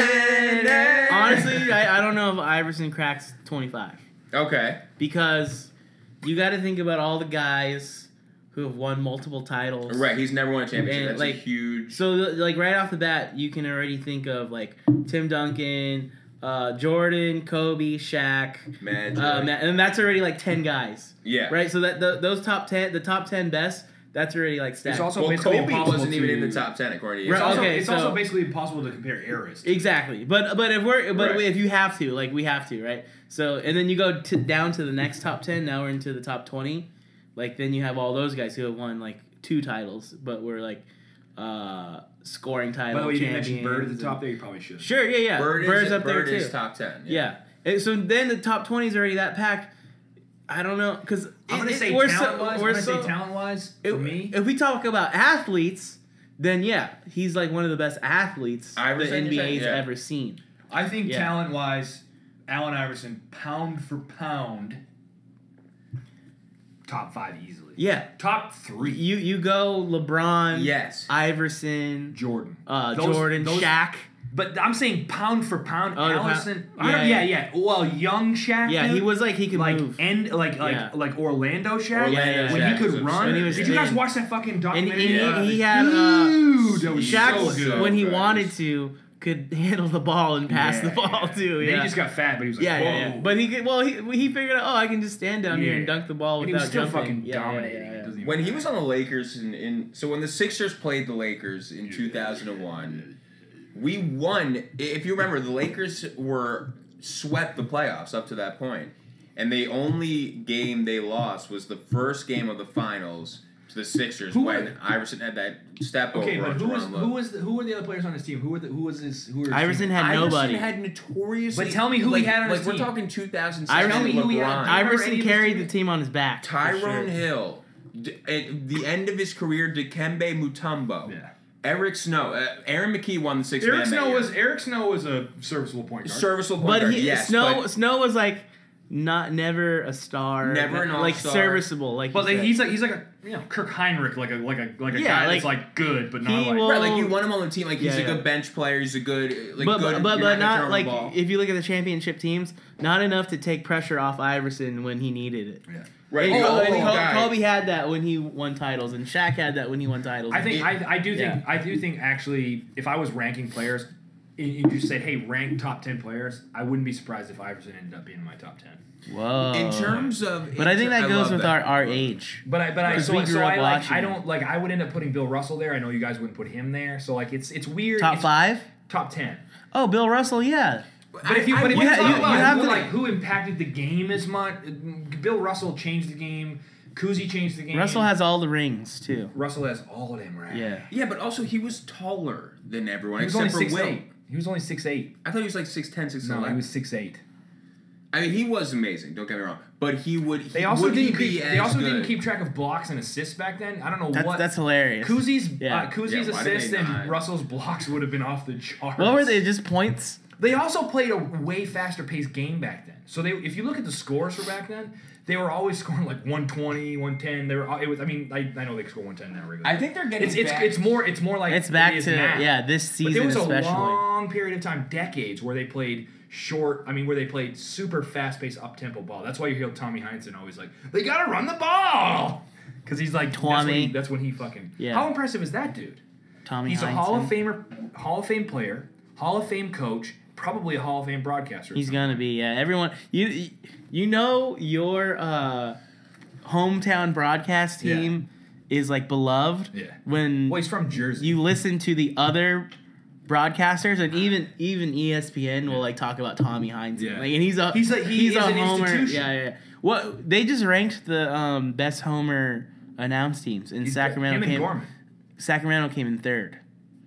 A: honestly I, I don't know if Iverson cracks 25
B: Okay.
A: because you got to think about all the guys who have won multiple titles.
B: Right, he's never won a championship.
A: And,
B: That's
A: like,
B: a huge.
A: So like right off the bat, you can already think of like Tim Duncan, uh, Jordan, Kobe, Shaq,
B: Magic.
A: uh, Ma- and that's already like ten guys,
B: yeah.
A: right? So that the, those top ten, the top ten best, that's already like stacked.
D: It's also
B: Well,
D: basically
B: Kobe
D: impossible
B: wasn't even
D: to-
B: in the top ten according to E you.
D: It's,
A: Right,
D: also,
A: okay,
D: it's
A: so-
D: also basically impossible to compare eras.
A: Exactly, but but if we're but
B: Right.
A: if you have to, like we have to, right? So and then you go to, down to the next top ten. Now we're into the top twenty. Like then you have all those guys who have won like two titles, but we're like uh scoring title.
D: By the way, you didn't mention Bird at
A: champions
D: the top
A: and-
D: there. You probably should.
A: Sure, yeah, yeah.
B: Bird
A: Bird's
B: is,
A: up
B: Bird
A: there too.
B: is top ten. Yeah.
A: yeah. And so then the top twenty is already that packed. I don't know because
D: I'm gonna say
A: we're
D: talent wise.
A: so
D: I'm
A: we're
D: gonna
A: so
D: say talent wise. For
A: if-
D: me,
A: if we talk about athletes. Then yeah, he's like one of the best athletes the
B: Iverson, you're saying?
A: NBA's
B: Yeah.
A: ever seen.
D: I think
A: Yeah.
D: talent wise, Allen Iverson, pound for pound,
C: Top five easily.
A: Yeah,
D: top three.
A: You you go LeBron,
B: Yes.
A: Iverson,
C: Jordan.
A: uh,
D: Those-
A: Jordan,
D: those-
A: Shaq.
D: But I'm saying pound for pound,
A: Oh, the pound-
D: Allison.
A: yeah,
D: I don't, yeah,
A: yeah.
D: yeah, Well, young Shaq.
A: Yeah,
D: dude,
A: he was like he could
D: like
A: move.
D: end like like
A: Yeah.
D: like Orlando Shaq.
B: Orlando
A: Yeah, yeah,
D: when
B: Shaq
D: he could
B: was
D: run.
B: absurd,
A: When he was
D: Did you
A: thin.
D: guys watch that fucking
A: and
D: documentary?
A: he,
B: Yeah.
A: he had uh,
D: Dude, that was
A: Shaq
D: so
A: was-
D: good.
A: when he
B: Right.
A: wanted to could handle the ball and pass
C: Yeah,
A: the ball
C: yeah.
A: too.
D: Then
A: Yeah.
D: he just got fat, but he was like,
A: yeah, yeah, yeah.
D: whoa.
A: But he could. Well, he, he figured out. Oh, I can just stand down here and
C: Yeah.
A: dunk the ball
C: And
A: without
C: he was still
A: jumping.
C: fucking
A: Yeah, yeah,
C: dominating.
A: yeah,
C: It
A: yeah.
C: doesn't even
B: When he was on the Lakers in, in so when the Sixers played the Lakers in 2001, we won. If you remember, the Lakers were swept the playoffs up to that point, and the only game they lost was the first game of the finals to the Sixers
D: Who
B: when
D: were-
B: Iverson had that step
D: okay,
B: over.
D: but
B: on
D: who was
B: Jerome Lin.
D: who was the, who were the other players on his team? Who were the, who was his who were his
A: Iverson
D: team?
A: had
B: Iverson
A: nobody.
B: had notorious.
D: But tell me who he had on
B: like,
D: his
B: we're
D: team.
B: talking 2007.
A: Iverson- Tell me
D: who he had.
B: LeBron.
D: I-
A: Iverson
D: Remember
A: carried
D: any
A: the
D: of his
A: team on his back. for
B: Tyrone
A: sure.
B: Hill, d- at the end of his career, Dikembe Mutombo,
C: Yeah.
B: Eric Snow, uh, Aaron McKee won the six.
D: Eric
B: man that
D: Snow
B: year.
D: was Eric Snow was a serviceable point guard.
B: serviceable, point
A: But
B: guard,
A: he,
B: yes,
A: Snow
B: but
A: Snow was like not never a star.
B: Never an
A: like
B: all-star.
A: serviceable. Like
D: but
A: you
D: like,
A: said.
D: he's like he's like a you know Kirk Heinrich like a like a like a
A: Yeah,
D: guy that's
A: like,
D: like good but not
A: he
D: like
A: will-
B: right, like you want him on the team. Like he's
A: Yeah,
B: a good
A: yeah.
B: bench player. He's a good, like
A: but,
B: good.
A: but
B: you're
A: but,
B: gonna
A: but
B: throw him
A: not
B: the
A: like
B: ball.
A: if you look at the championship teams, not enough to take pressure off Iverson when he needed it. oh,
B: right. Oh,
A: And
B: you
A: Kobe,
B: got the
A: Kobe-
B: guy.
A: Kobe had that when he won titles, and Shaq had that when he won titles.
C: I think I, I do think
A: Yeah.
C: I do think actually if I was ranking players and you just said hey rank top ten players I wouldn't be surprised if Iverson ended up being in my top ten.
A: Whoa.
B: in terms of,
A: but I think that goes
B: love
A: with
B: that.
A: our our age.
C: But I but I
A: 'Cause
C: so,
A: we
C: so
A: grew up
C: I like
A: watching
C: I
A: him.
C: don't like I would end up putting Bill Russell there. I know you guys wouldn't put him there. So like it's it's weird.
A: Top
C: It's
A: five?
C: top ten.
A: Oh, Bill Russell, yeah.
C: But if you
B: I-
C: but if
B: I
C: you,
A: ha-
C: talk
A: you-
C: about
A: you have
C: who,
A: to-
C: like who impacted the game as much, mm, Bill Russell changed the game. Kuzi changed the game.
A: Russell has all the rings too.
C: Russell has all of them right.
A: Yeah.
B: yeah, but also he was taller than everyone
C: He was
B: except
C: only
B: for
C: six
B: Will.
C: eight. He was only six eight.
B: I thought he was like 6'10", 6'11".
C: No, he was six eight.
B: I mean, he was amazing. Don't get me wrong, but he would.
C: They
B: he-
C: also
B: would he
C: didn't
B: be
C: keep,
B: as
C: they also
B: good?
C: didn't keep track of blocks and assists back then. I don't know
A: That's
C: what
A: that's hilarious.
C: Kuzi's
A: Yeah.
C: uh, Kuzi's
B: Yeah, why did
C: assists
B: they
C: and
B: not?
C: Russell's blocks would have been off the charts.
A: what were they? Just points?
C: They also played a way faster paced game back then. So they, if you look at the scores for back then, they were always scoring like 120, 110. They were all- it was I mean I, I know they score 110 now regularly.
D: I think they're getting
C: it's it's
D: back-
C: it's more it's more like
A: It's back
C: it is
A: to
C: now.
A: yeah, this
C: But
A: season
C: there was a
A: especially.
C: long period of time, decades, where they played short. I mean, where they played super fast paced up tempo ball. That's why you hear Tommy Heinsohn always like they gotta run the ball because he's like that's when, he,
A: Tommy.
C: that's when he fucking.
A: Yeah.
C: How impressive is that dude?
A: Tommy
C: He's a Hall of
A: Heinsohn.
C: Famer, Hall of Fame player, Hall of Fame coach, probably a Hall of Fame broadcaster.
A: He's gonna be yeah. Everyone, you you know your uh, hometown broadcast
C: Yeah.
A: team is like beloved.
C: Yeah.
A: When
C: well, he's from Jersey.
A: you listen to the other broadcasters and even even E ESPN will like talk about Tommy Hines.
C: Yeah.
A: Like, and he's a
C: He's a- he is an
A: homer.
C: institution.
A: Yeah, yeah, yeah. What they just ranked the um, best homer announced teams and
C: He's-
A: Sacramento
C: him and
A: came
C: Gorman.
A: Sacramento came in third.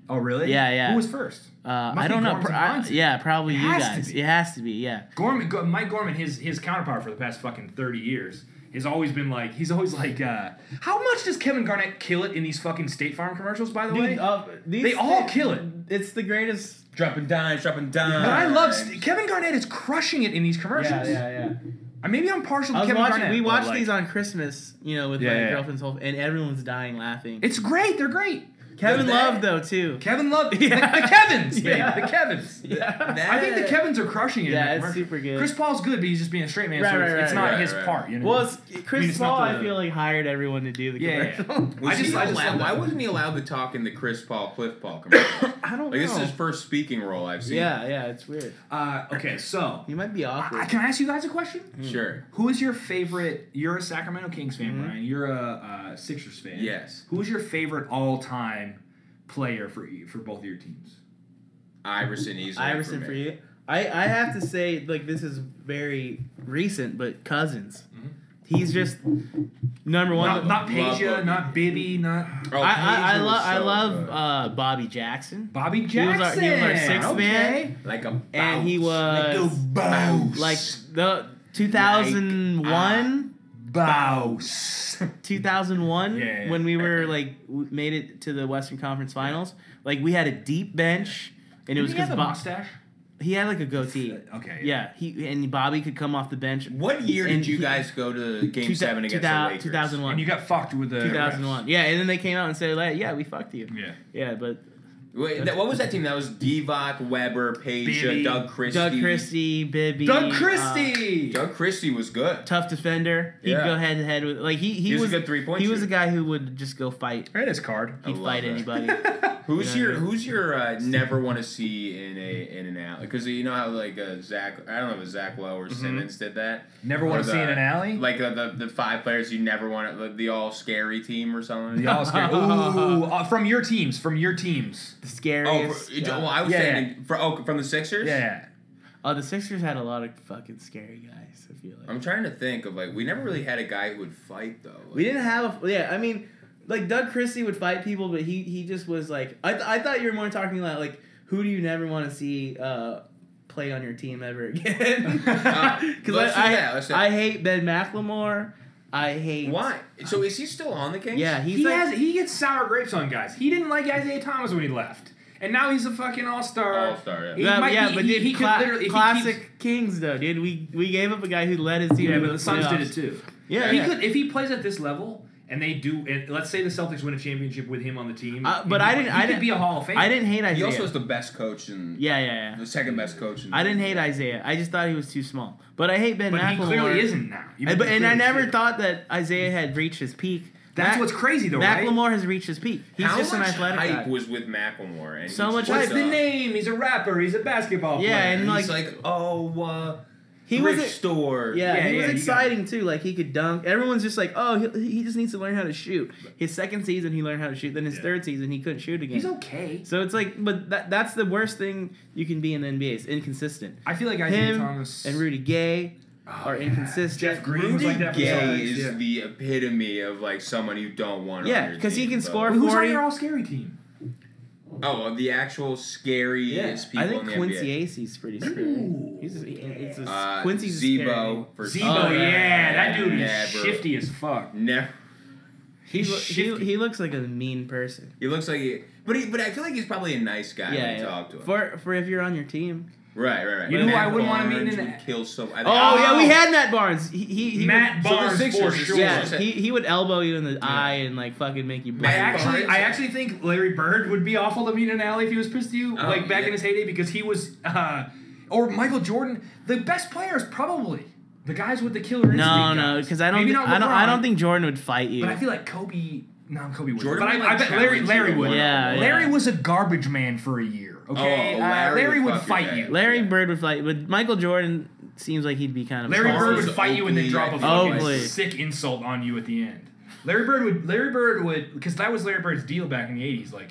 C: Oh really?
A: Yeah, yeah.
C: Who was first?
A: Uh,
C: Must
A: I
C: be
A: don't know.
C: Gorman's
A: Pr-
C: and
A: I-
C: Hines.
A: yeah, probably
C: It
A: you
C: has to
A: guys.
C: be.
A: It has to be. Yeah.
C: Gorman, Go- Mike Gorman, his his counterpart for the past fucking thirty years has always been like he's always like, uh, how much does Kevin Garnett kill it in these fucking State Farm commercials? By the way,
A: Dude, uh, these
C: they all
A: thi-
C: kill it.
A: It's the greatest.
B: dropping dimes, dropping dimes.
C: But I love st- Kevin Garnett is crushing it in these commercials.
A: yeah.
C: Uh, Maybe I'm partial to
A: I was
C: Kevin
A: watching.
C: Garnett.
A: we
C: but,
A: watched
C: like,
A: these on Christmas, you know, with
C: Yeah,
A: my
C: yeah.
A: girlfriend's whole, and everyone's dying laughing.
C: It's great. They're great.
A: Kevin
B: The
A: Love
B: bet-
A: though too.
C: Kevin Love, the-
A: Yeah.
C: the, Kevins, baby,
A: Yeah.
C: the Kevins.
A: Yeah.
B: That-
C: I think the Kevins are crushing it. in
A: Yeah,
C: that
A: it's
C: commercial.
A: super good.
C: Chris Paul's good, but he's just being a straight man,
A: Right,
C: so it's,
A: right,
C: it's
A: right,
C: not
B: right,
C: his
B: right.
C: part. You know.
A: Well, it's, Chris
C: it's not
A: Paul, I
C: the-
A: feel like hired everyone to do the
C: Mm. Yeah, yeah.
A: commercial.
B: Was
C: I just-
B: he
C: I just
B: allowed-
C: love
B: why
C: that.
B: wasn't he allowed to talk in the Chris Paul, Cliff Paul commercial?
A: I don't
B: like
A: know.
B: this is his first speaking role I've seen.
A: yeah, yeah, it's weird.
C: uh,
D: Okay, so
A: You might be awkward.
C: I- Uh, can I ask you guys a question?
B: Sure.
C: Who is your favorite? You're a Sacramento Kings fan, Brian. You're a uh, Sixers fan.
B: Mm-hmm. Yes.
C: Who is your favorite all-time player for e- for both of your teams?
B: Iverson easily.
A: Iverson
B: me.
A: for you. I, I have to say, like, this is very recent, but Cousins. He's just number one.
C: Mm-hmm. Not, not
B: Love
C: Peja,
B: Bobby.
C: not Bibby, not
B: Oh,
A: I, I, I,
B: Paisley
A: lo-
B: was
A: I
B: so
A: love
B: good.
A: uh, Bobby Jackson.
C: Bobby
A: was our- he was
C: Jackson.
A: our sixth man.
B: like a
A: And he
B: bounce.
A: was-
C: Like a bounce.
A: Like, the 2001,
C: Bouse.
A: 2001,
C: Yeah, yeah.
A: when we were, like, w- made it to the Western Conference Finals, like, we had a deep bench, and it was
C: Did he
A: because
C: have a
A: Bo-
C: mustache?
A: he had, like, a goatee.
C: Okay.
A: Yeah, he and Bobby could come off the bench.
B: What year
A: And
B: did you
A: he-
B: guys go to Game
A: Two thou-
B: Seven
A: two
B: against
A: thou-
B: the Lakers?
A: 2001.
C: And you got fucked with the
A: 2001. Yeah, and then they came out and said, like, yeah, we fucked you.
C: refs. Yeah.
A: Yeah, but
B: Wait, that, what was that team? That was Divac, Weber, Peja,
C: Bibby.
B: Doug Christie.
A: Doug Christie, Bibby.
C: Doug
A: uh,
C: Christie.
B: Doug Christie was good.
A: tough defender. He'd
B: Yeah.
A: go head to head with, like, he, he,
B: He was a
A: was
B: good three-point
A: He was a
B: shooter.
A: guy who would just go fight.
C: Read his card.
B: I
A: He'd
B: love
A: fight
B: that.
A: anybody.
B: Who's
A: Yeah.
B: your Who's your uh, never want to see in a in an alley? Because you know how like uh, Zach, I don't know if Zach Lowe
A: Mm-hmm.
B: or Simmons did that.
C: Never
B: Or
C: want to
B: the-
C: see in an alley.
B: Like uh, the the five players you never want to, the, the all scary team or something. Oh,
C: The all scary. Ooh, uh, from your teams. From your teams.
A: the
B: Oh,
A: scariest.
B: for,
A: yeah.
B: well, I was
C: Yeah,
B: saying for, oh, from the Sixers.
C: Yeah.
A: oh, the Sixers had a lot of fucking scary guys, I feel like.
B: I'm trying to think of like we never really had a guy who would fight though.
A: We didn't have, a, yeah. I mean, like Doug Christie would fight people, but he he just was like, I, th- I thought you were more talking about like who do you never want to see uh, play on your team ever again?
B: Uh,
A: Because
B: let's do
A: I
B: that, let's do
A: I,
B: that.
A: hate Ben McLemore. I hate
B: Why? So is he still on the Kings?
A: Yeah, he's
C: he
A: like,
C: has. He gets sour grapes on guys. He didn't like Isaiah Thomas when he left, and now he's a fucking all star.
A: Oh,
B: All-star, yeah.
C: He
A: Yeah,
C: might
A: yeah,
C: be-
A: but
C: he-
A: dude,
C: he could
A: cla-
C: literally- if he
A: classic Kings though, dude. We we gave up a guy who led his team.
C: Yeah,
A: into
C: but the Suns did
A: playoffs.
C: it too.
A: Yeah,
C: he
A: yeah.
C: could if he plays at this level and they do. And let's say the Celtics win a championship with him on the team.
A: Uh, but
C: he-
A: I didn't-
C: He
A: I
C: could
A: didn't-
C: be a Hall of Famer.
A: I didn't hate Isaiah.
B: He also is the best coach and
A: yeah, yeah, yeah.
B: the second best coach. In
A: I didn't hate Isaiah. I just thought he was too small. But I hate Ben
C: But he
A: McLemore.
C: clearly isn't now. You
A: And, but, and I
C: clearly
A: never
C: see it.
A: thought that Isaiah had reached his peak.
C: That's
A: Mac-
C: what's crazy though, right?
A: Macklemore has reached his peak. He's
B: How
A: just
B: much
A: an athletic
B: hype
A: guy.
B: was with Macklemore? And
A: So
B: he
A: much
B: was
A: hype.
C: What's
B: up.
C: the name? He's a rapper. He's a basketball
A: Yeah,
C: player.
A: and,
B: He's
A: like-
B: like, oh, uh,
A: he was
B: thrift
A: a-
B: store.
A: yeah,
C: Yeah,
A: he was
C: yeah, you
A: exciting too. Like he could dunk. Everyone's just like, oh, he, he just needs to learn how to shoot. His second season, he learned how to shoot. Then his
C: Yeah.
A: third season, he couldn't shoot again.
C: he's okay.
A: so it's like, but that, that's the worst thing you can be in the NBA. It's inconsistent.
C: I feel like Isaiah
A: Him
C: Thomas
A: and Rudy Gay are inconsistent.
C: Oh, Jeff Green was
B: Rudy
C: like that. for the
B: Gay
C: Celtics,
B: is
C: yeah.
B: the epitome of like someone you don't want.
A: Yeah,
B: on your
A: 'cause he
B: team,
A: can
B: but-
A: score-
C: Who's
A: Corey-
C: on your all scary team?
B: Oh, well, the actual scariest people
A: I think
B: in the
A: Quincy
B: NBA.
A: Acey's pretty scary.
C: Ooh.
A: He's a, it's a,
B: Uh,
A: Quincy's a scary.
B: Zebo for
C: Zebo,
A: Oh,
C: yeah,
A: yeah,
C: that dude
B: Never.
C: is shifty as fuck.
B: Never.
A: He,
C: He's
A: lo- he,
C: shifty.
A: he looks like a mean person.
B: He looks like he, but he, but I feel like he's probably a nice guy
A: yeah,
B: when
A: yeah.
B: you talk to him.
A: For for if you're on your team.
B: right, right, right.
C: You know who I wouldn't
B: want
C: wanna
B: to
C: meet in an-
B: would kill so. I think-
A: Oh,
C: Oh.
A: yeah, we had Matt Barnes. He he, he
C: Matt
B: So the
C: Barnes for
B: Sixers is-
C: sure.
A: would, yeah,
B: Barnes.
A: he, he would elbow you in the eye and like fucking make you bleed.
C: I
B: Matt
C: actually,
B: Barnes.
C: I actually think Larry Bird would be awful to meet in an alley if he was pissed at you,
B: Oh,
C: like back
B: yeah.
C: in his heyday, because he was, uh, or Michael Jordan, the best players probably the guys with the killer instinct.
A: no,
C: guys.
A: no, because I don't,
C: Maybe
A: thi-
C: not
A: I don't, I
C: LeBron,
A: don't think Jordan would fight you.
C: But I feel like Kobe. No, Kobe would.
B: Jordan
C: But I,
B: would,
C: I
B: like,
C: bet Larry,
B: challenge
C: Larry
B: you
C: would.
A: Yeah, yeah.
C: Larry was a garbage man for a year. Okay,
B: Oh,
C: Uh,
B: Larry
C: Larry
B: would
C: would
B: fuck your
C: fight
B: guy.
C: you.
A: Larry Bird would fight, but Michael Jordan seems like he'd be kind of. a
C: Larry
A: softy.
C: Bird
B: Charles
C: would fight you and then
B: Oakley,
C: drop
B: I
C: a
B: think
C: fucking
A: Oakley.
C: sick insult on you at the end. Larry Bird would. Larry Bird would because that was Larry Bird's deal back in the eighties. Like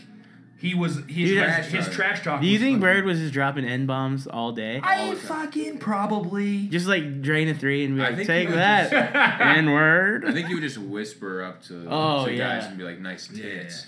C: he was his,
A: Dude,
C: trash,
B: trash
C: his
B: talk.
C: trash talk.
A: Do you
C: was
A: think
C: fucking-
A: Bird was just dropping n bombs all day?
B: All
C: I
B: the time.
C: fucking probably.
A: just like drain a three and be
B: I
A: like,
B: think
A: take
B: he would
A: that n
B: I
A: word.
B: think you would just whisper up to,
A: Oh,
B: to guys
A: yeah.
B: and be like, "Nice tits."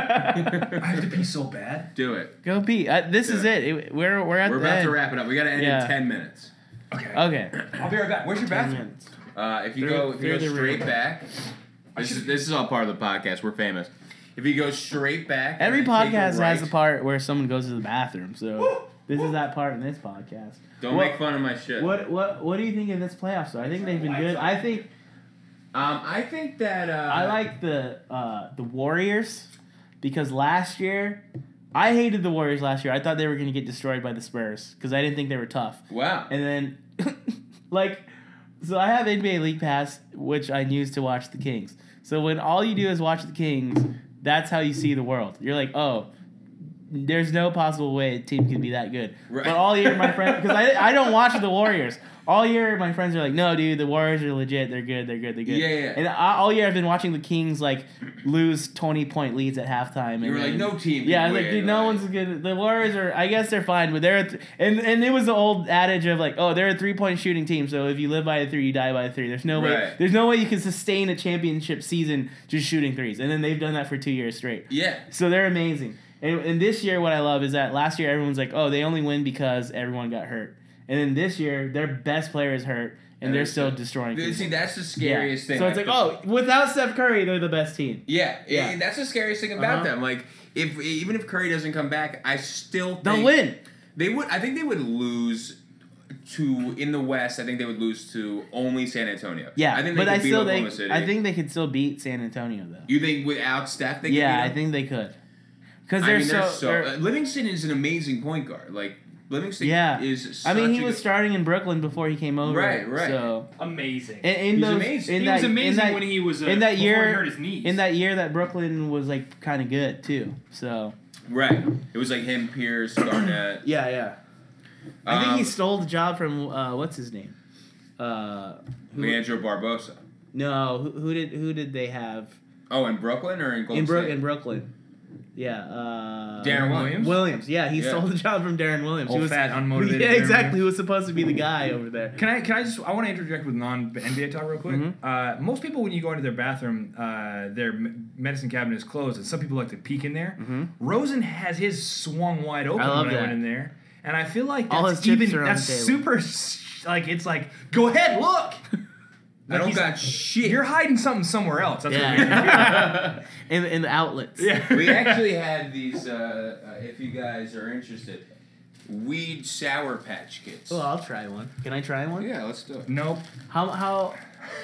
C: I have to pee so bad.
B: Do it.
A: Go pee. Uh, this is
B: Yeah.
A: it. It- We're we're at
B: We're
A: the
B: about
A: end.
B: to wrap it up. We got to end
A: Yeah.
B: in ten minutes.
C: Okay.
A: Okay.
C: I'll be right back. Where's your
A: Ten
C: bathroom?
A: minutes.
B: Uh, if you
A: They're-
B: go, if you
A: they're
B: go
A: the
B: straight
A: real-
B: back, this is this is all part of the podcast. We're famous. If you go straight back, and
A: Every
B: then take
A: podcast has
B: right-
A: a part where someone goes to the bathroom. So this is that part in this podcast.
B: Don't
A: What-
B: make fun of my shit. Um,
A: What what what do you think of this playoffs? Though I think they've been good. I think
B: I think that uh,
A: I like the uh, the Warriors. because last year I hated the Warriors last year. I thought they were going to get destroyed by the Spurs because I didn't think they were tough.
B: Wow.
A: And then, like, so I have NBA League Pass, which I use to watch the Kings. So when all you do is watch the Kings, that's how you see the world. You're like, oh, there's no possible way a team could be that good.
B: Right.
A: But all year, my friends, because I, I don't watch the Warriors. All year, my friends are like, no, dude, the Warriors are legit. They're good. They're good. They're good.
B: Yeah, yeah, yeah.
A: And I, all year, I've been watching the Kings like lose twenty point leads at halftime. and
B: You were like,
A: then-
B: no team.
A: yeah, I
B: can
A: was like,
B: win,
A: dude, no
B: like-
A: one's good. The Warriors are, I guess they're fine, but they're, a th- and and it was the old adage of like, oh, they're a three point shooting team, so if you live by a three, you die by a three. There's no way,
B: Right.
A: there's no way you can sustain a championship season just shooting threes, and then they've done that for two years straight.
B: Yeah.
A: So they're amazing. And, and this year, what I love is that last year everyone's like, oh, they only win because everyone got hurt, and then this year their best player is hurt, and,
B: And
A: they're
B: they're
A: still
B: still-
A: destroying.
B: Dude,
A: people.
B: See, that's the
A: Yeah.
B: scariest thing.
A: So it's like, oh, without Steph Curry, they're the best team.
B: Yeah,
A: Yeah.
B: eh, that's the scariest thing about
A: Uh-huh.
B: them. Like, if even if Curry doesn't come back, I still think
A: They'll win.
B: They would. I think they would lose to in the West. I think they would lose to only San Antonio.
A: Yeah,
B: I think they
A: but
B: could
A: I
B: beat
A: still
B: Oklahoma
A: think
B: City.
A: I think they could still beat San Antonio though.
B: you think without Steph, they could
A: yeah,
B: beat
A: I
B: them?
A: think they could because
B: I
A: they're,
B: mean,
A: so. they're-
B: uh, Livingston is an amazing point guard. Like Livingston
A: Yeah.
B: is. Such
A: I mean, he
B: a
A: was
B: good-
A: starting in Brooklyn before he came over.
B: Right, right.
A: So
D: Amazing.
A: in, in
B: He was
A: those,
B: amazing.
A: in
D: he
A: that,
D: was
A: in
D: amazing
A: that-
D: when he was uh,
A: in that
D: before
A: year-
D: He hurt his knees.
A: in that year that Brooklyn was like kind of good too. So
B: right. It was like him, Pierce, Garnett.
A: yeah, yeah. I think
B: um,
A: he stole the job from uh, what's his name. Uh, who-
B: Leandro Barbosa.
A: no, who, who did who did they have
B: Oh, in Brooklyn or in Golden
A: in, Brook
B: State?
A: in Brooklyn? Yeah, uh,
B: Darren
D: Williams?
A: Williams, yeah, he
B: Yeah.
A: stole the job from Darren Williams.
C: Old
A: he was
C: fat, unmotivated.
A: yeah,
C: Jeremy.
A: exactly. Who was supposed to be the guy over there?
C: Can I? Can I just? I want to interject with non NBA talk real quick.
A: Mm-hmm.
C: Uh, most people, when you go into their bathroom, uh, their me- medicine cabinet is closed, and some people like to peek in there. Rosen has his swung wide open
A: Mm-hmm. I love
C: when I
A: that.
C: went in there, and I feel like that's
A: All his chips
C: even
A: are on
C: that's
A: the table.
C: super. s- Like it's like, go ahead, look.
B: I
C: Like,
B: don't
C: he's-
B: got shit.
C: You're hiding something somewhere else. That's what it
A: Yeah. in, in the outlets.
C: makes me feel.
B: we actually had these. Uh, uh, if you guys are interested, weed sour patch kits.
A: Well, I'll try one. Can I try one?
B: Yeah, let's do it.
C: Nope.
A: How how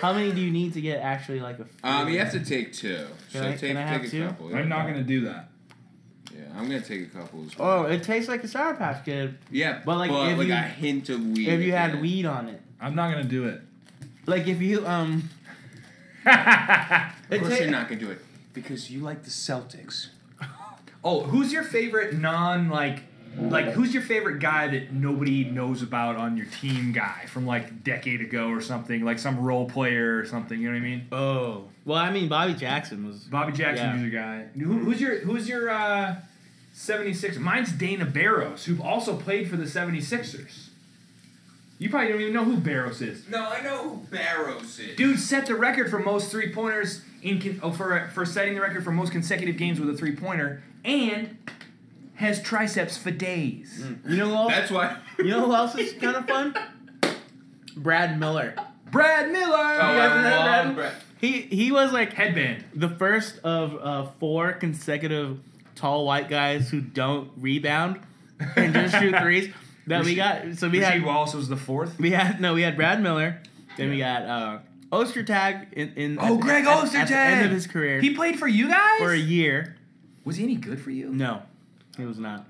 A: how many do you need to get actually like a?
B: Um, you have to take two.
A: Can
B: So
A: I-
B: take
A: can I
B: take
A: have
B: a
A: two?
B: couple.
C: I'm not gonna do that.
B: Yeah, I'm gonna take a couple as well.
A: Oh, it tastes like a sour patch kid
B: Yeah,
A: But, like, if
B: like
A: you-
B: a hint of weed.
A: if you
B: at the
A: had
B: end.
A: weed on it.
C: I'm not gonna do it.
A: Like if you um.
B: Of
A: it
B: course,
A: ta-
B: you're not gonna do it because you like the Celtics.
C: Oh, who's your favorite non like like who's your favorite guy that nobody knows about on your team guy from like decade ago or something, like some role player or something, you know what I mean?
A: Oh well, I mean Bobby Jackson was.
C: Bobby Jackson
A: Yeah.
C: who's your guy. Who, who's your who's your uh 76? Mine's Dana Barros, who also played for the 76ers. You probably don't even know who Barros is.
B: No, I know who Barrows is.
C: Dude set the record for most three pointers in con- oh, for for setting the record for most consecutive games with a three pointer, and has triceps for days.
A: You know who else?
B: that's why.
A: oh. you know who else is kind of fun? Brad Miller.
C: Brad Miller.
B: Oh, I
A: that,
B: love
A: Adam?
B: Brad-
A: He he was like
C: Headband.
A: the first of uh, four consecutive tall white guys who don't rebound and just shoot threes that we got. So we
C: Rasheed
A: had
C: Wallace was the fourth.
A: we had no, we had Brad Miller. Then we got uh, Ostertag in, in
C: Oh,
A: at-
C: Greg
A: at- at the end
C: Ostertag!
A: of his career
C: He played for you guys.
A: for a year.
C: was he any good for you?
A: No, he was not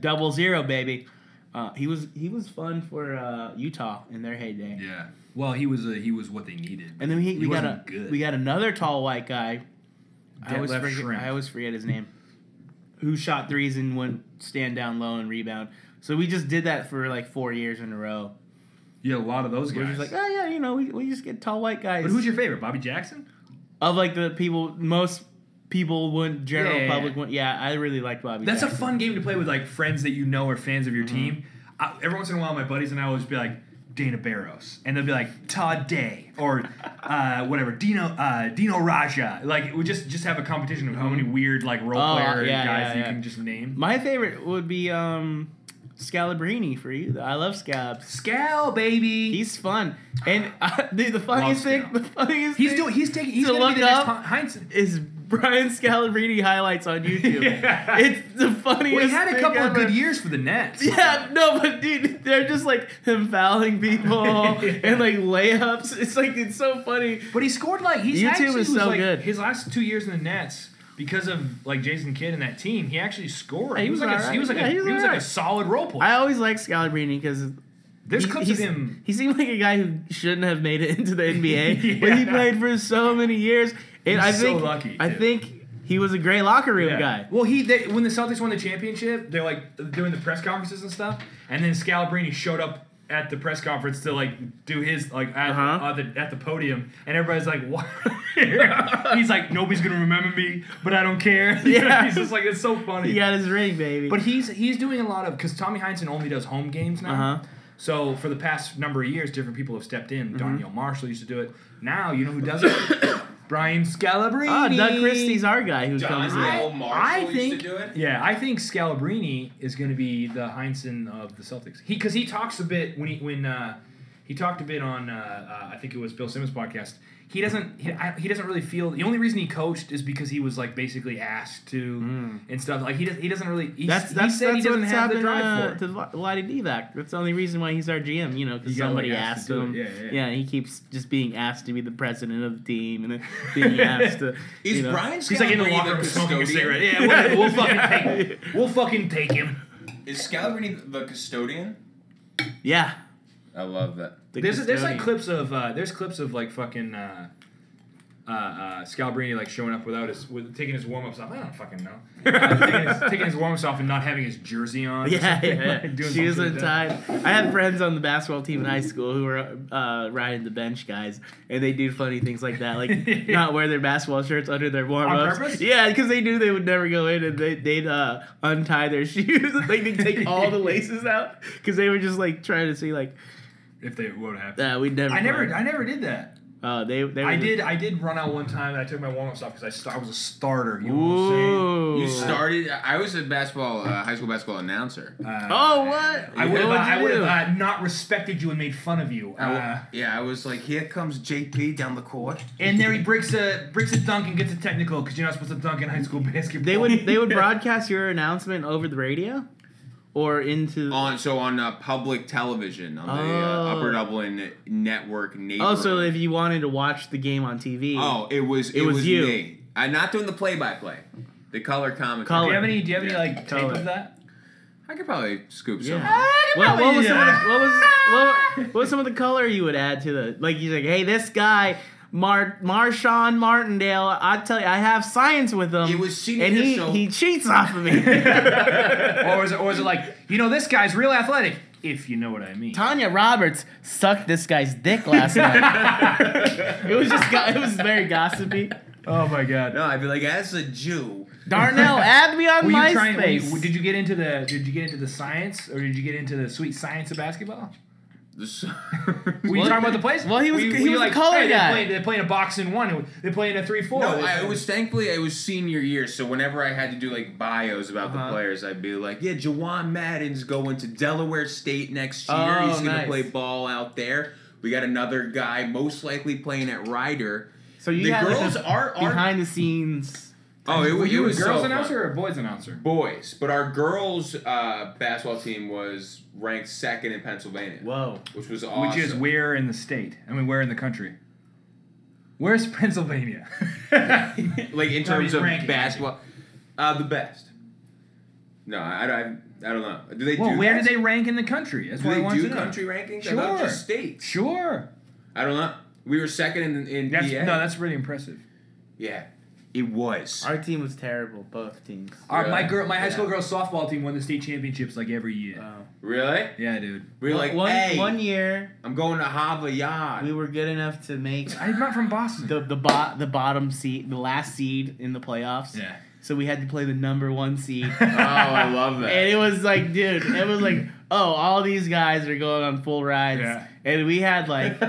A: double zero, baby. Uh, he was he was fun for uh, Utah in their heyday.
C: Yeah. Well, he was a, he was what they needed.
A: And then we,
C: He
A: we got a,
C: wasn't good.
A: we got another tall white guy. I always,
C: Detlef
A: forget,
C: Schrempf.
A: I always forget his name. Who shot threes and went stand down low and rebound. So we just did that for like four years in a row.
C: yeah, a lot of those
A: We're
C: guys.
A: just like, "Ah, oh yeah, you know, we, we just get tall white guys.
C: but who's your favorite? Bobby Jackson.
A: of like the people most people wouldn't general
C: Yeah, yeah, yeah.
A: public wouldn't yeah, I really liked Bobby.
C: That's a
A: Jackson. Mm-hmm.
C: fun game to play with like friends that you know are fans of your team. I, every once in a while, my buddies and I always be like Dana Barros, and they'll be like Todd Day or uh, whatever Dino uh, Dino Raja. Like we just just have a competition of how many weird like role
A: Mm-hmm. Oh,
C: player
A: yeah,
C: guys
A: yeah,
C: you
A: yeah.
C: can just name.
A: My favorite would be um Scalabrini for you. I love Scabs.
C: Scal baby, he's,
A: He's fun. And uh, dude, the funniest thing
C: Scab.
A: the funniest thing
C: doing he's taking he's
A: So
C: gonna be the
A: look
C: next
A: up-
C: Heinz. Heinsohn.
A: is Brian Scalabrini highlights on YouTube.
C: Yeah.
A: It's the funniest.
C: Well, he had a
A: thing
C: couple of
A: ever.
C: good years for the Nets.
A: Yeah, no, but dude, they're just like him fouling people and like layups. It's like it's so funny.
C: But he scored like he's
A: YouTube
C: actually
A: is
C: was
A: so
C: like
A: good.
C: his last two years in the Nets because of like Jason Kidd and that team, he actually scored.
A: Hey,
C: he was like a,
A: alright.
C: he was like
A: Yeah,
C: a,
A: he
C: he
A: was
C: was like a
A: alright.
C: solid role player.
A: I always liked Scalabrini because
C: There's clips of
A: he's-
C: him.
A: He seemed like a guy who shouldn't have made it into the NBA, but he
C: Yeah.
A: played for so many years. And I
C: He's so
A: think
C: lucky,
A: I
C: too.
A: think he was a great locker room
C: Yeah.
A: guy.
C: Well, he they, when the Celtics won the championship, they're like doing the press conferences and stuff, and then Scalabrini showed up at the press conference to like do his like at,
A: Uh-huh.
C: at the, at the podium, and everybody's like, "What?" He's like, "Nobody's gonna remember me, but I don't care."
A: Yeah.
C: He's just like, "It's so funny."
A: He got his ring, baby.
C: But he's he's doing a lot of because Tommy Heinsohn only does home games now.
A: Uh-huh. Mm-hmm.
C: So for the past number of years, different people have stepped in. Danielle Marshall used to do it. Now you know who does it? Brian Scalabrine.
A: oh, Doug Christie's our guy who comes in.
B: Daniel Marshall
C: I
B: used
C: think,
B: to do it.
C: yeah, I think Scalabrini is going to be the Heinsohn of the Celtics. He because he talks a bit when he when uh, he talked a bit on uh, uh, I think it was Bill Simmons podcast. He doesn't he, I, he doesn't really feel the only reason he coached is because he was like basically asked to and stuff like he does, he doesn't really he,
A: Hmm. That's
C: he
A: that's,
C: said
A: that's
C: he doesn't
A: what's
C: have the
A: happened
C: drive
A: uh,
C: for
A: to
C: it.
A: Vladi Divac. That's the only reason why he's our GM, you know, because
C: He got,
A: somebody
C: like,
A: asked
C: asked to do
A: him.
C: it. Yeah, yeah,
A: yeah, he keeps just being asked to be the president of the team and then being asked to.
B: Is
A: you know.
B: Brian
C: He's like in the
B: Scalabrine
C: locker room smoking a
B: custodian?
C: cigarette. Yeah, whatever, we'll fucking take him. We'll fucking take him.
B: Is Scalabrini the custodian?
A: Yeah.
B: I love that.
A: the
C: there's there's like
A: custodian.
C: clips of uh, there's clips of like fucking uh, uh, uh, Scalabrini like showing up without his with taking his warm ups off. I don't fucking know. Uh, taking his, taking his warm ups off and not having his jersey on. or
A: Yeah,
C: something,
A: yeah.
C: like, doing
A: she was
C: something like that.
A: untied. I had friends on the basketball team in high school who were uh, riding the bench guys, and they do funny things like that, like not wear their basketball shirts under their warm ups.
C: purpose?
A: Yeah, because they knew they would never go in, and they, they'd uh, untie their shoes. like they'd take all the laces out because they were just like trying to see like
C: If they would have.
A: that we'd never.
C: I never
A: play."
C: I never did that.
A: Oh, they. they
C: I
A: were-
C: did I did run out one time and I took my warm ups off because I sta- I was a starter. You know what
A: Ooh.
B: You started. I was a basketball, uh, high school basketball announcer.
C: I'm saying? Uh,
A: Oh what?
C: I would have
A: What
C: I
A: you
C: would
A: do?
C: have uh, not respected you and made fun of you.
B: I w-
C: Uh,
B: yeah, I was like, here comes JP down the court.
C: and there he breaks a breaks a dunk and gets a technical because you're not supposed to dunk in high school basketball.
A: They would they would broadcast your announcement over the radio, or into
B: On so on uh, public television on the uh,
A: Oh.
B: Upper Dublin network. Neighborhood.
A: Oh, so if you wanted to watch the game on TV,
B: oh, it was it,
A: was
B: was,
A: you.
B: Me. I'm not doing the play by play, the color commentary.
A: Color.
C: Do you have any? Do you have any
B: Yeah.
C: like tape
A: Color.
C: of that?
B: I could probably scoop
A: yeah.
B: some.
A: What, what was some of the,
C: Yeah.
A: what was what, what was some of the color you would add to the like? You're like, hey, this guy, Mar Marshawn Martindale. I tell you, I have science with him.
B: It was senior
A: and he
B: year, so-
A: he cheats off of me.
C: or is it? Or is it like you know this guy's real athletic? If you know what I mean.
A: Tanya Roberts sucked this guy's dick last night. it was just go- it was very gossipy.
C: Oh my god.
B: No, I'd be like, as a Jew,
A: Darnell, add me on
C: Were you trying? were you-
A: MySpace.
C: did you get into the? Did you get into the science, or did you get into the sweet science of basketball?
B: this-
C: Were you
A: Well,
C: talking about the plays?
A: well, he was-
C: Were you-
A: he
C: were you
A: was a color
C: hey,
A: guy."
C: They play, they play in a box in one. They play in a three four.
B: No, I, it was thankfully it was senior year, so whenever I had to do like bios about
A: Uh-huh.
B: the players, I'd be like, "Yeah, Jawan Madden's going to Delaware State next year.
A: Oh,
B: He's going
A: nice.
B: to play ball out there. We got another guy, most likely playing at Ryder.
A: so you
B: the
A: had like,
B: girls
A: a
B: are, are
A: behind the scenes.
B: oh, it,
C: Were
B: was- it
C: you a
B: was
C: girls
B: so
C: announcer
B: fun.
C: or a boys announcer?
B: boys, but our girls uh, basketball team was ranked second in Pennsylvania,
A: Whoa.
B: which was awesome.
C: Which is where in the state? I mean, where in the country? Where's Pennsylvania?
B: like in terms
C: I mean,
B: of
C: ranking.
B: basketball, uh, the best. No, I, I, I don't know. Do they
C: well,
B: do
C: where
B: that?
C: do they rank in the country? That's
B: Do
C: what I
B: they
C: wanted
B: do
C: to know.
B: country rankings? I
C: Sure.
B: thought just states.
C: Sure.
B: I don't know. We were second in in
C: That's,
B: PA.
C: No, that's really impressive.
B: yeah. It was.
A: Our team was terrible, both teams.
C: Our, my
B: Yeah.
C: girl, my high school
A: Yeah.
C: girls softball team won the state championships like every year.
A: Wow.
B: Really?
C: yeah, dude.
B: We were like,
A: one,
B: hey,
A: one year
B: I'm going to Harvard.
A: we were good enough to make
C: I'm not from Boston.
A: the the bo- the bottom seed, the last seed in the playoffs.
C: yeah.
A: So we had to play the number one seed,
B: oh, I love that.
A: and it was like, dude, it was like, oh, all these guys are going on full rides,
C: Yeah.
A: and we had like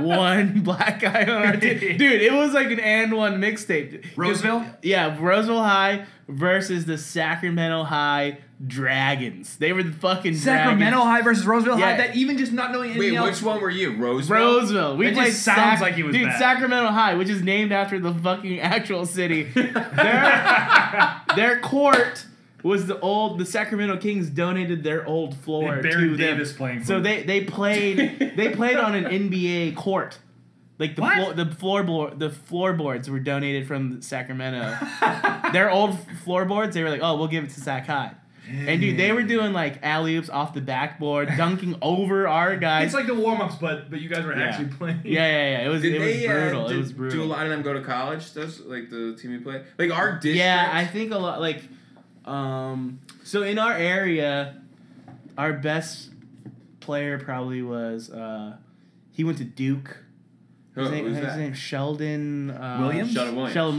A: one black guy on our team, dude. It was like an and one mixtape.
C: Roseville?
A: yeah, Roseville High versus the Sacramento High Dragons. They were the fucking
C: Sacramento
A: Dragons.
C: High versus Roseville High.
A: Yeah.
C: That even just not knowing anything
B: Wait,
C: else.
B: which one were you? Roseville?
A: Roseville. We
C: That just
A: played
C: sounds
A: Sac-
C: like he was
A: dude
C: bad.
A: Sacramento High, which is named after the fucking actual city. their, their court was the old. The Sacramento Kings donated their old floor
C: And
A: to
C: Baron
A: them.
C: Davis playing for
A: So
C: them.
A: they they played they played on an NBA court. Like the
C: What?
A: floor, the floorboard, the floorboards were donated from Sacramento. Their old floorboards, they were like, "Oh, we'll give it to Sac High." And dude, they were doing like alley oops off the backboard, dunking over our guys.
D: It's like the warm ups, but but you guys were
A: Yeah.
D: actually playing.
A: yeah, yeah, yeah. It was
B: Did
A: it was
B: they
A: brutal.
B: uh,
A: it
B: did-
A: was brutal.
B: do a lot of them go to college? Those like the team you play, like our district.
A: Yeah, I think a lot like um so in our area our best player probably was uh he went to Duke.
B: Who,
A: His name,
B: who's
A: his
B: that?
A: name is Sheldon uh,
C: Williams?
B: Sheldon Williams.
A: Sheldon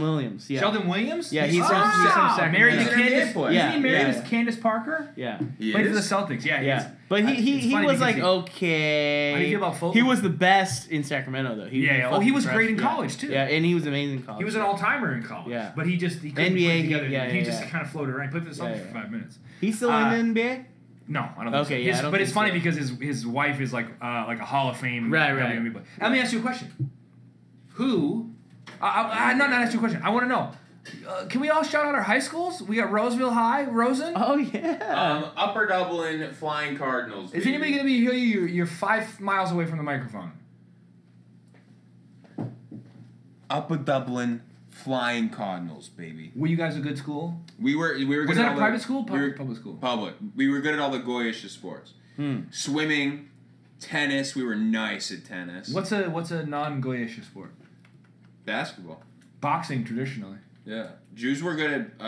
A: Williams, yeah.
D: Sheldon Williams.
A: Yeah, he's
D: oh,
A: from- he's from
D: wow.
A: Sacramento.
C: married
B: He's
C: to
B: an
C: Candace.
B: NBA player.
C: Isn't
A: Yeah,
C: he married
A: yeah,
C: to
A: yeah.
C: Candace Parker?
A: Yeah.
B: He
C: Played for the
B: is?
C: Celtics. Yeah, he
A: Yeah.
C: is.
A: But
C: I-
A: he, he,
C: it's
A: he
C: funny
A: was
C: because
A: like oh,
C: he-
A: okay.
C: How do you feel about Fulton?
A: He was the best in Sacramento though. He
C: Yeah,
A: was
C: yeah. Oh,
A: fucking
C: he was great in
A: impressive. Yeah.
C: college, too.
A: Yeah, and he was amazing in college.
D: He was an all timer in college.
A: Yeah.
D: But he just he couldn't
A: NBA
D: put it together.
A: yeah,
D: he
A: yeah,
D: just
A: yeah.
D: kind of floated around. He played for the
A: Yeah,
D: Celtics
A: yeah.
D: for five minutes.
A: He's still
C: uh,
A: in the NBA?
C: No, I don't.
A: Okay,
C: think so.
A: yeah, I
C: His-
A: don't
C: but it's
A: think
C: funny
A: so.
C: because his his wife is like uh, like a Hall of Fame.
A: Right, right.
C: WWE player. Let me ask you a question. Who? I, I, I, not not ask you a question. I want to know. Uh, can we all shout out our high schools? We got Roseville High, Rosen.
A: Oh yeah.
B: Um, Upper Dublin Flying Cardinals.
C: is
B: baby.
C: anybody gonna be here? You you're five miles away from the microphone.
B: Upper Dublin Flying Cardinals, baby?
C: Were you guys a good school?
B: We were we were good
C: Was
B: at
C: that
B: all
C: a
B: the-
C: private school? Public,
B: we were-
C: public school.
B: public. We were good at all the goyish sports.
A: Hmm.
B: Swimming, tennis. We were nice at tennis.
C: What's a what's a non goyish sport?
B: basketball?
C: Boxing traditionally.
B: Yeah, Jews were good at.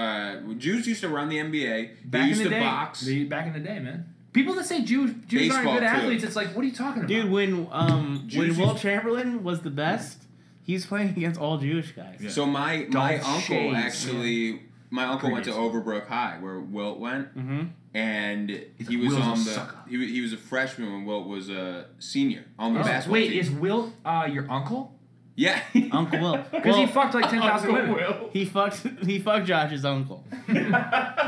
B: Uh, Jews used to run the NBA.
C: Back
B: they used
C: in the
B: to
C: day,
B: box.
C: They- back in the day, man. People that say Jews Jews
B: Baseball,
C: aren't good
B: too.
C: athletes, it's like, what are you talking about?
A: Dude, when um when
B: Jews
A: Will
B: used-
A: Chamberlain was the best, he's playing against all Jewish guys.
B: So my my
C: Dolph
B: uncle
C: Shays.
B: actually my uncle went to
C: Previous.
B: Overbrook High where Wilt went,
A: Mm-hmm.
B: and he
C: like,
B: was
C: "Wilt's a
B: on the
C: sucker."
B: he was, he was a freshman when Wilt was a senior on
A: Oh,
B: the
C: Is-
B: basketball
C: wait,
B: team.
C: is Will uh, your uncle?
B: yeah,
A: Uncle Will.
C: Because he
A: Well,
C: fucked like ten thousand women.
A: He fucked. He fucked Josh's uncle. he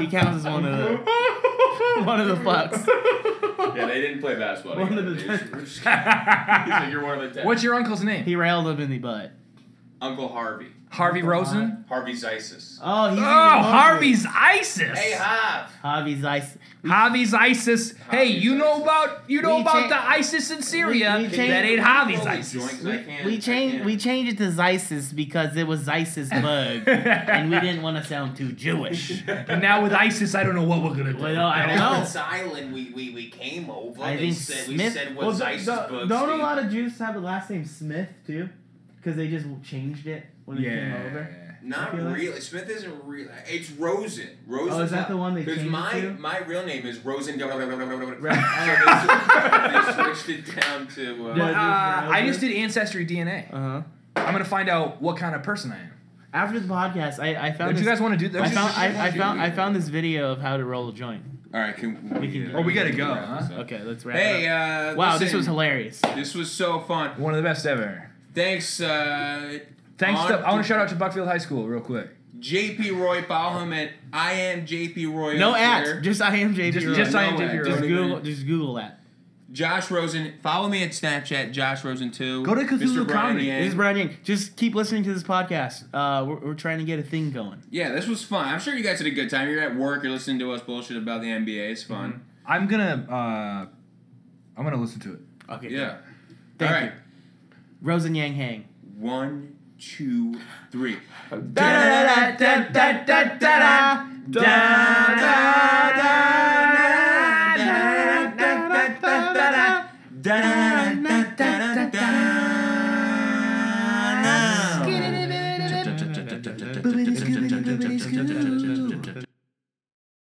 A: counts as one of the
C: Uh,
A: one of the fucks.
B: yeah, they didn't play basketball.
A: One of
B: together.
A: the-
B: They just- he's like, you're one of the ten.
C: What's your uncle's name?
A: He railed him in the butt.
B: Uncle Harvey?
C: Harvey Rosen.
B: Harvey Zisis.
A: Oh, he's
C: Oh,
A: even more
C: Harvey's ISIS.
B: Hey, Hav.
A: Harvey's ice.
C: Harvey's ISIS. Hey,
B: Harvey's
C: you know
B: ISIS.
C: about you know
A: We
C: about
A: cha-
C: the ISIS in Syria.
A: we cha-
C: that ain't Harvey's
B: Joint,
C: ISIS.
B: 'cause I can't-
A: We
B: I
A: changed
B: can't.
A: we changed it to Zeiss because it was Zeiss's bug, and we didn't want to sound too Jewish.
C: And now with ISIS, I don't know what we're gonna do.
A: Well, no, I don't
B: On
A: know.
B: this Island, we, we, we came over.
A: I
B: they
A: think
B: said,
A: Smith.
B: We said what
A: Well,
B: Zeiss's
A: don't-
B: bug
A: don't a
B: Steve.
A: lot of Jews have the last name Smith too? Because they just changed it when it came
C: yeah.
A: over. I
B: Not
A: feel like-
B: really. Smith isn't real. It's Rosen. Rosen.
A: Oh, is that the one they
B: Because
A: changed
B: my
A: to?
B: my real name is Rosen.
A: Right.
B: So they, sw- they switched it down to. Uh,
A: Yeah.
C: Uh, I just did ancestry DNA.
A: Uh huh.
C: I'm gonna find out what kind of person I am.
A: After the podcast, I, I found
C: Don't
A: this,
C: you guys want to do this?
A: I found I, I
B: Dude.
A: found I found this video of how to roll a joint.
B: All right, can uh,
A: We can-
C: Oh, we gotta go,
B: wrap this
C: huh?
B: up.
A: Okay, let's wrap.
B: Hey,
A: it up.
B: uh,
A: wow,
B: listen, Oh,
A: this was hilarious.
B: This was so fun.
C: One of the best ever.
B: Thanks, uh,
C: Thanks
B: On
C: to I
B: to-
C: want to shout out to Buckfield High School real quick.
B: JP Roy. Follow him at I am JP Roy.
A: No
B: on
A: ads,
B: Twitter.
A: just I am JP.
C: Just-
A: Roy.
C: just I am
B: No
C: JP
B: ads.
C: Roy.
A: Just
B: Don't
A: Google,
B: even-
A: just Google that.
B: Josh Rosen. Follow me at Snapchat. Josh Rosen too.
C: Go to Cthulhu
B: Mr. Brian
C: Comedy.
B: Yang.
A: This is Brian Yang. Just keep listening to this podcast. Uh, we're, we're trying to get a thing going.
B: Yeah, this was fun. I'm sure you guys had a good time. You're at work, you're listening to us bullshit about the NBA. It's fun.
C: I'm gonna uh, I'm gonna listen to it.
A: Okay.
B: Yeah.
A: Thank
B: All right.
A: Rose and Yang Hang.
B: One, two, three.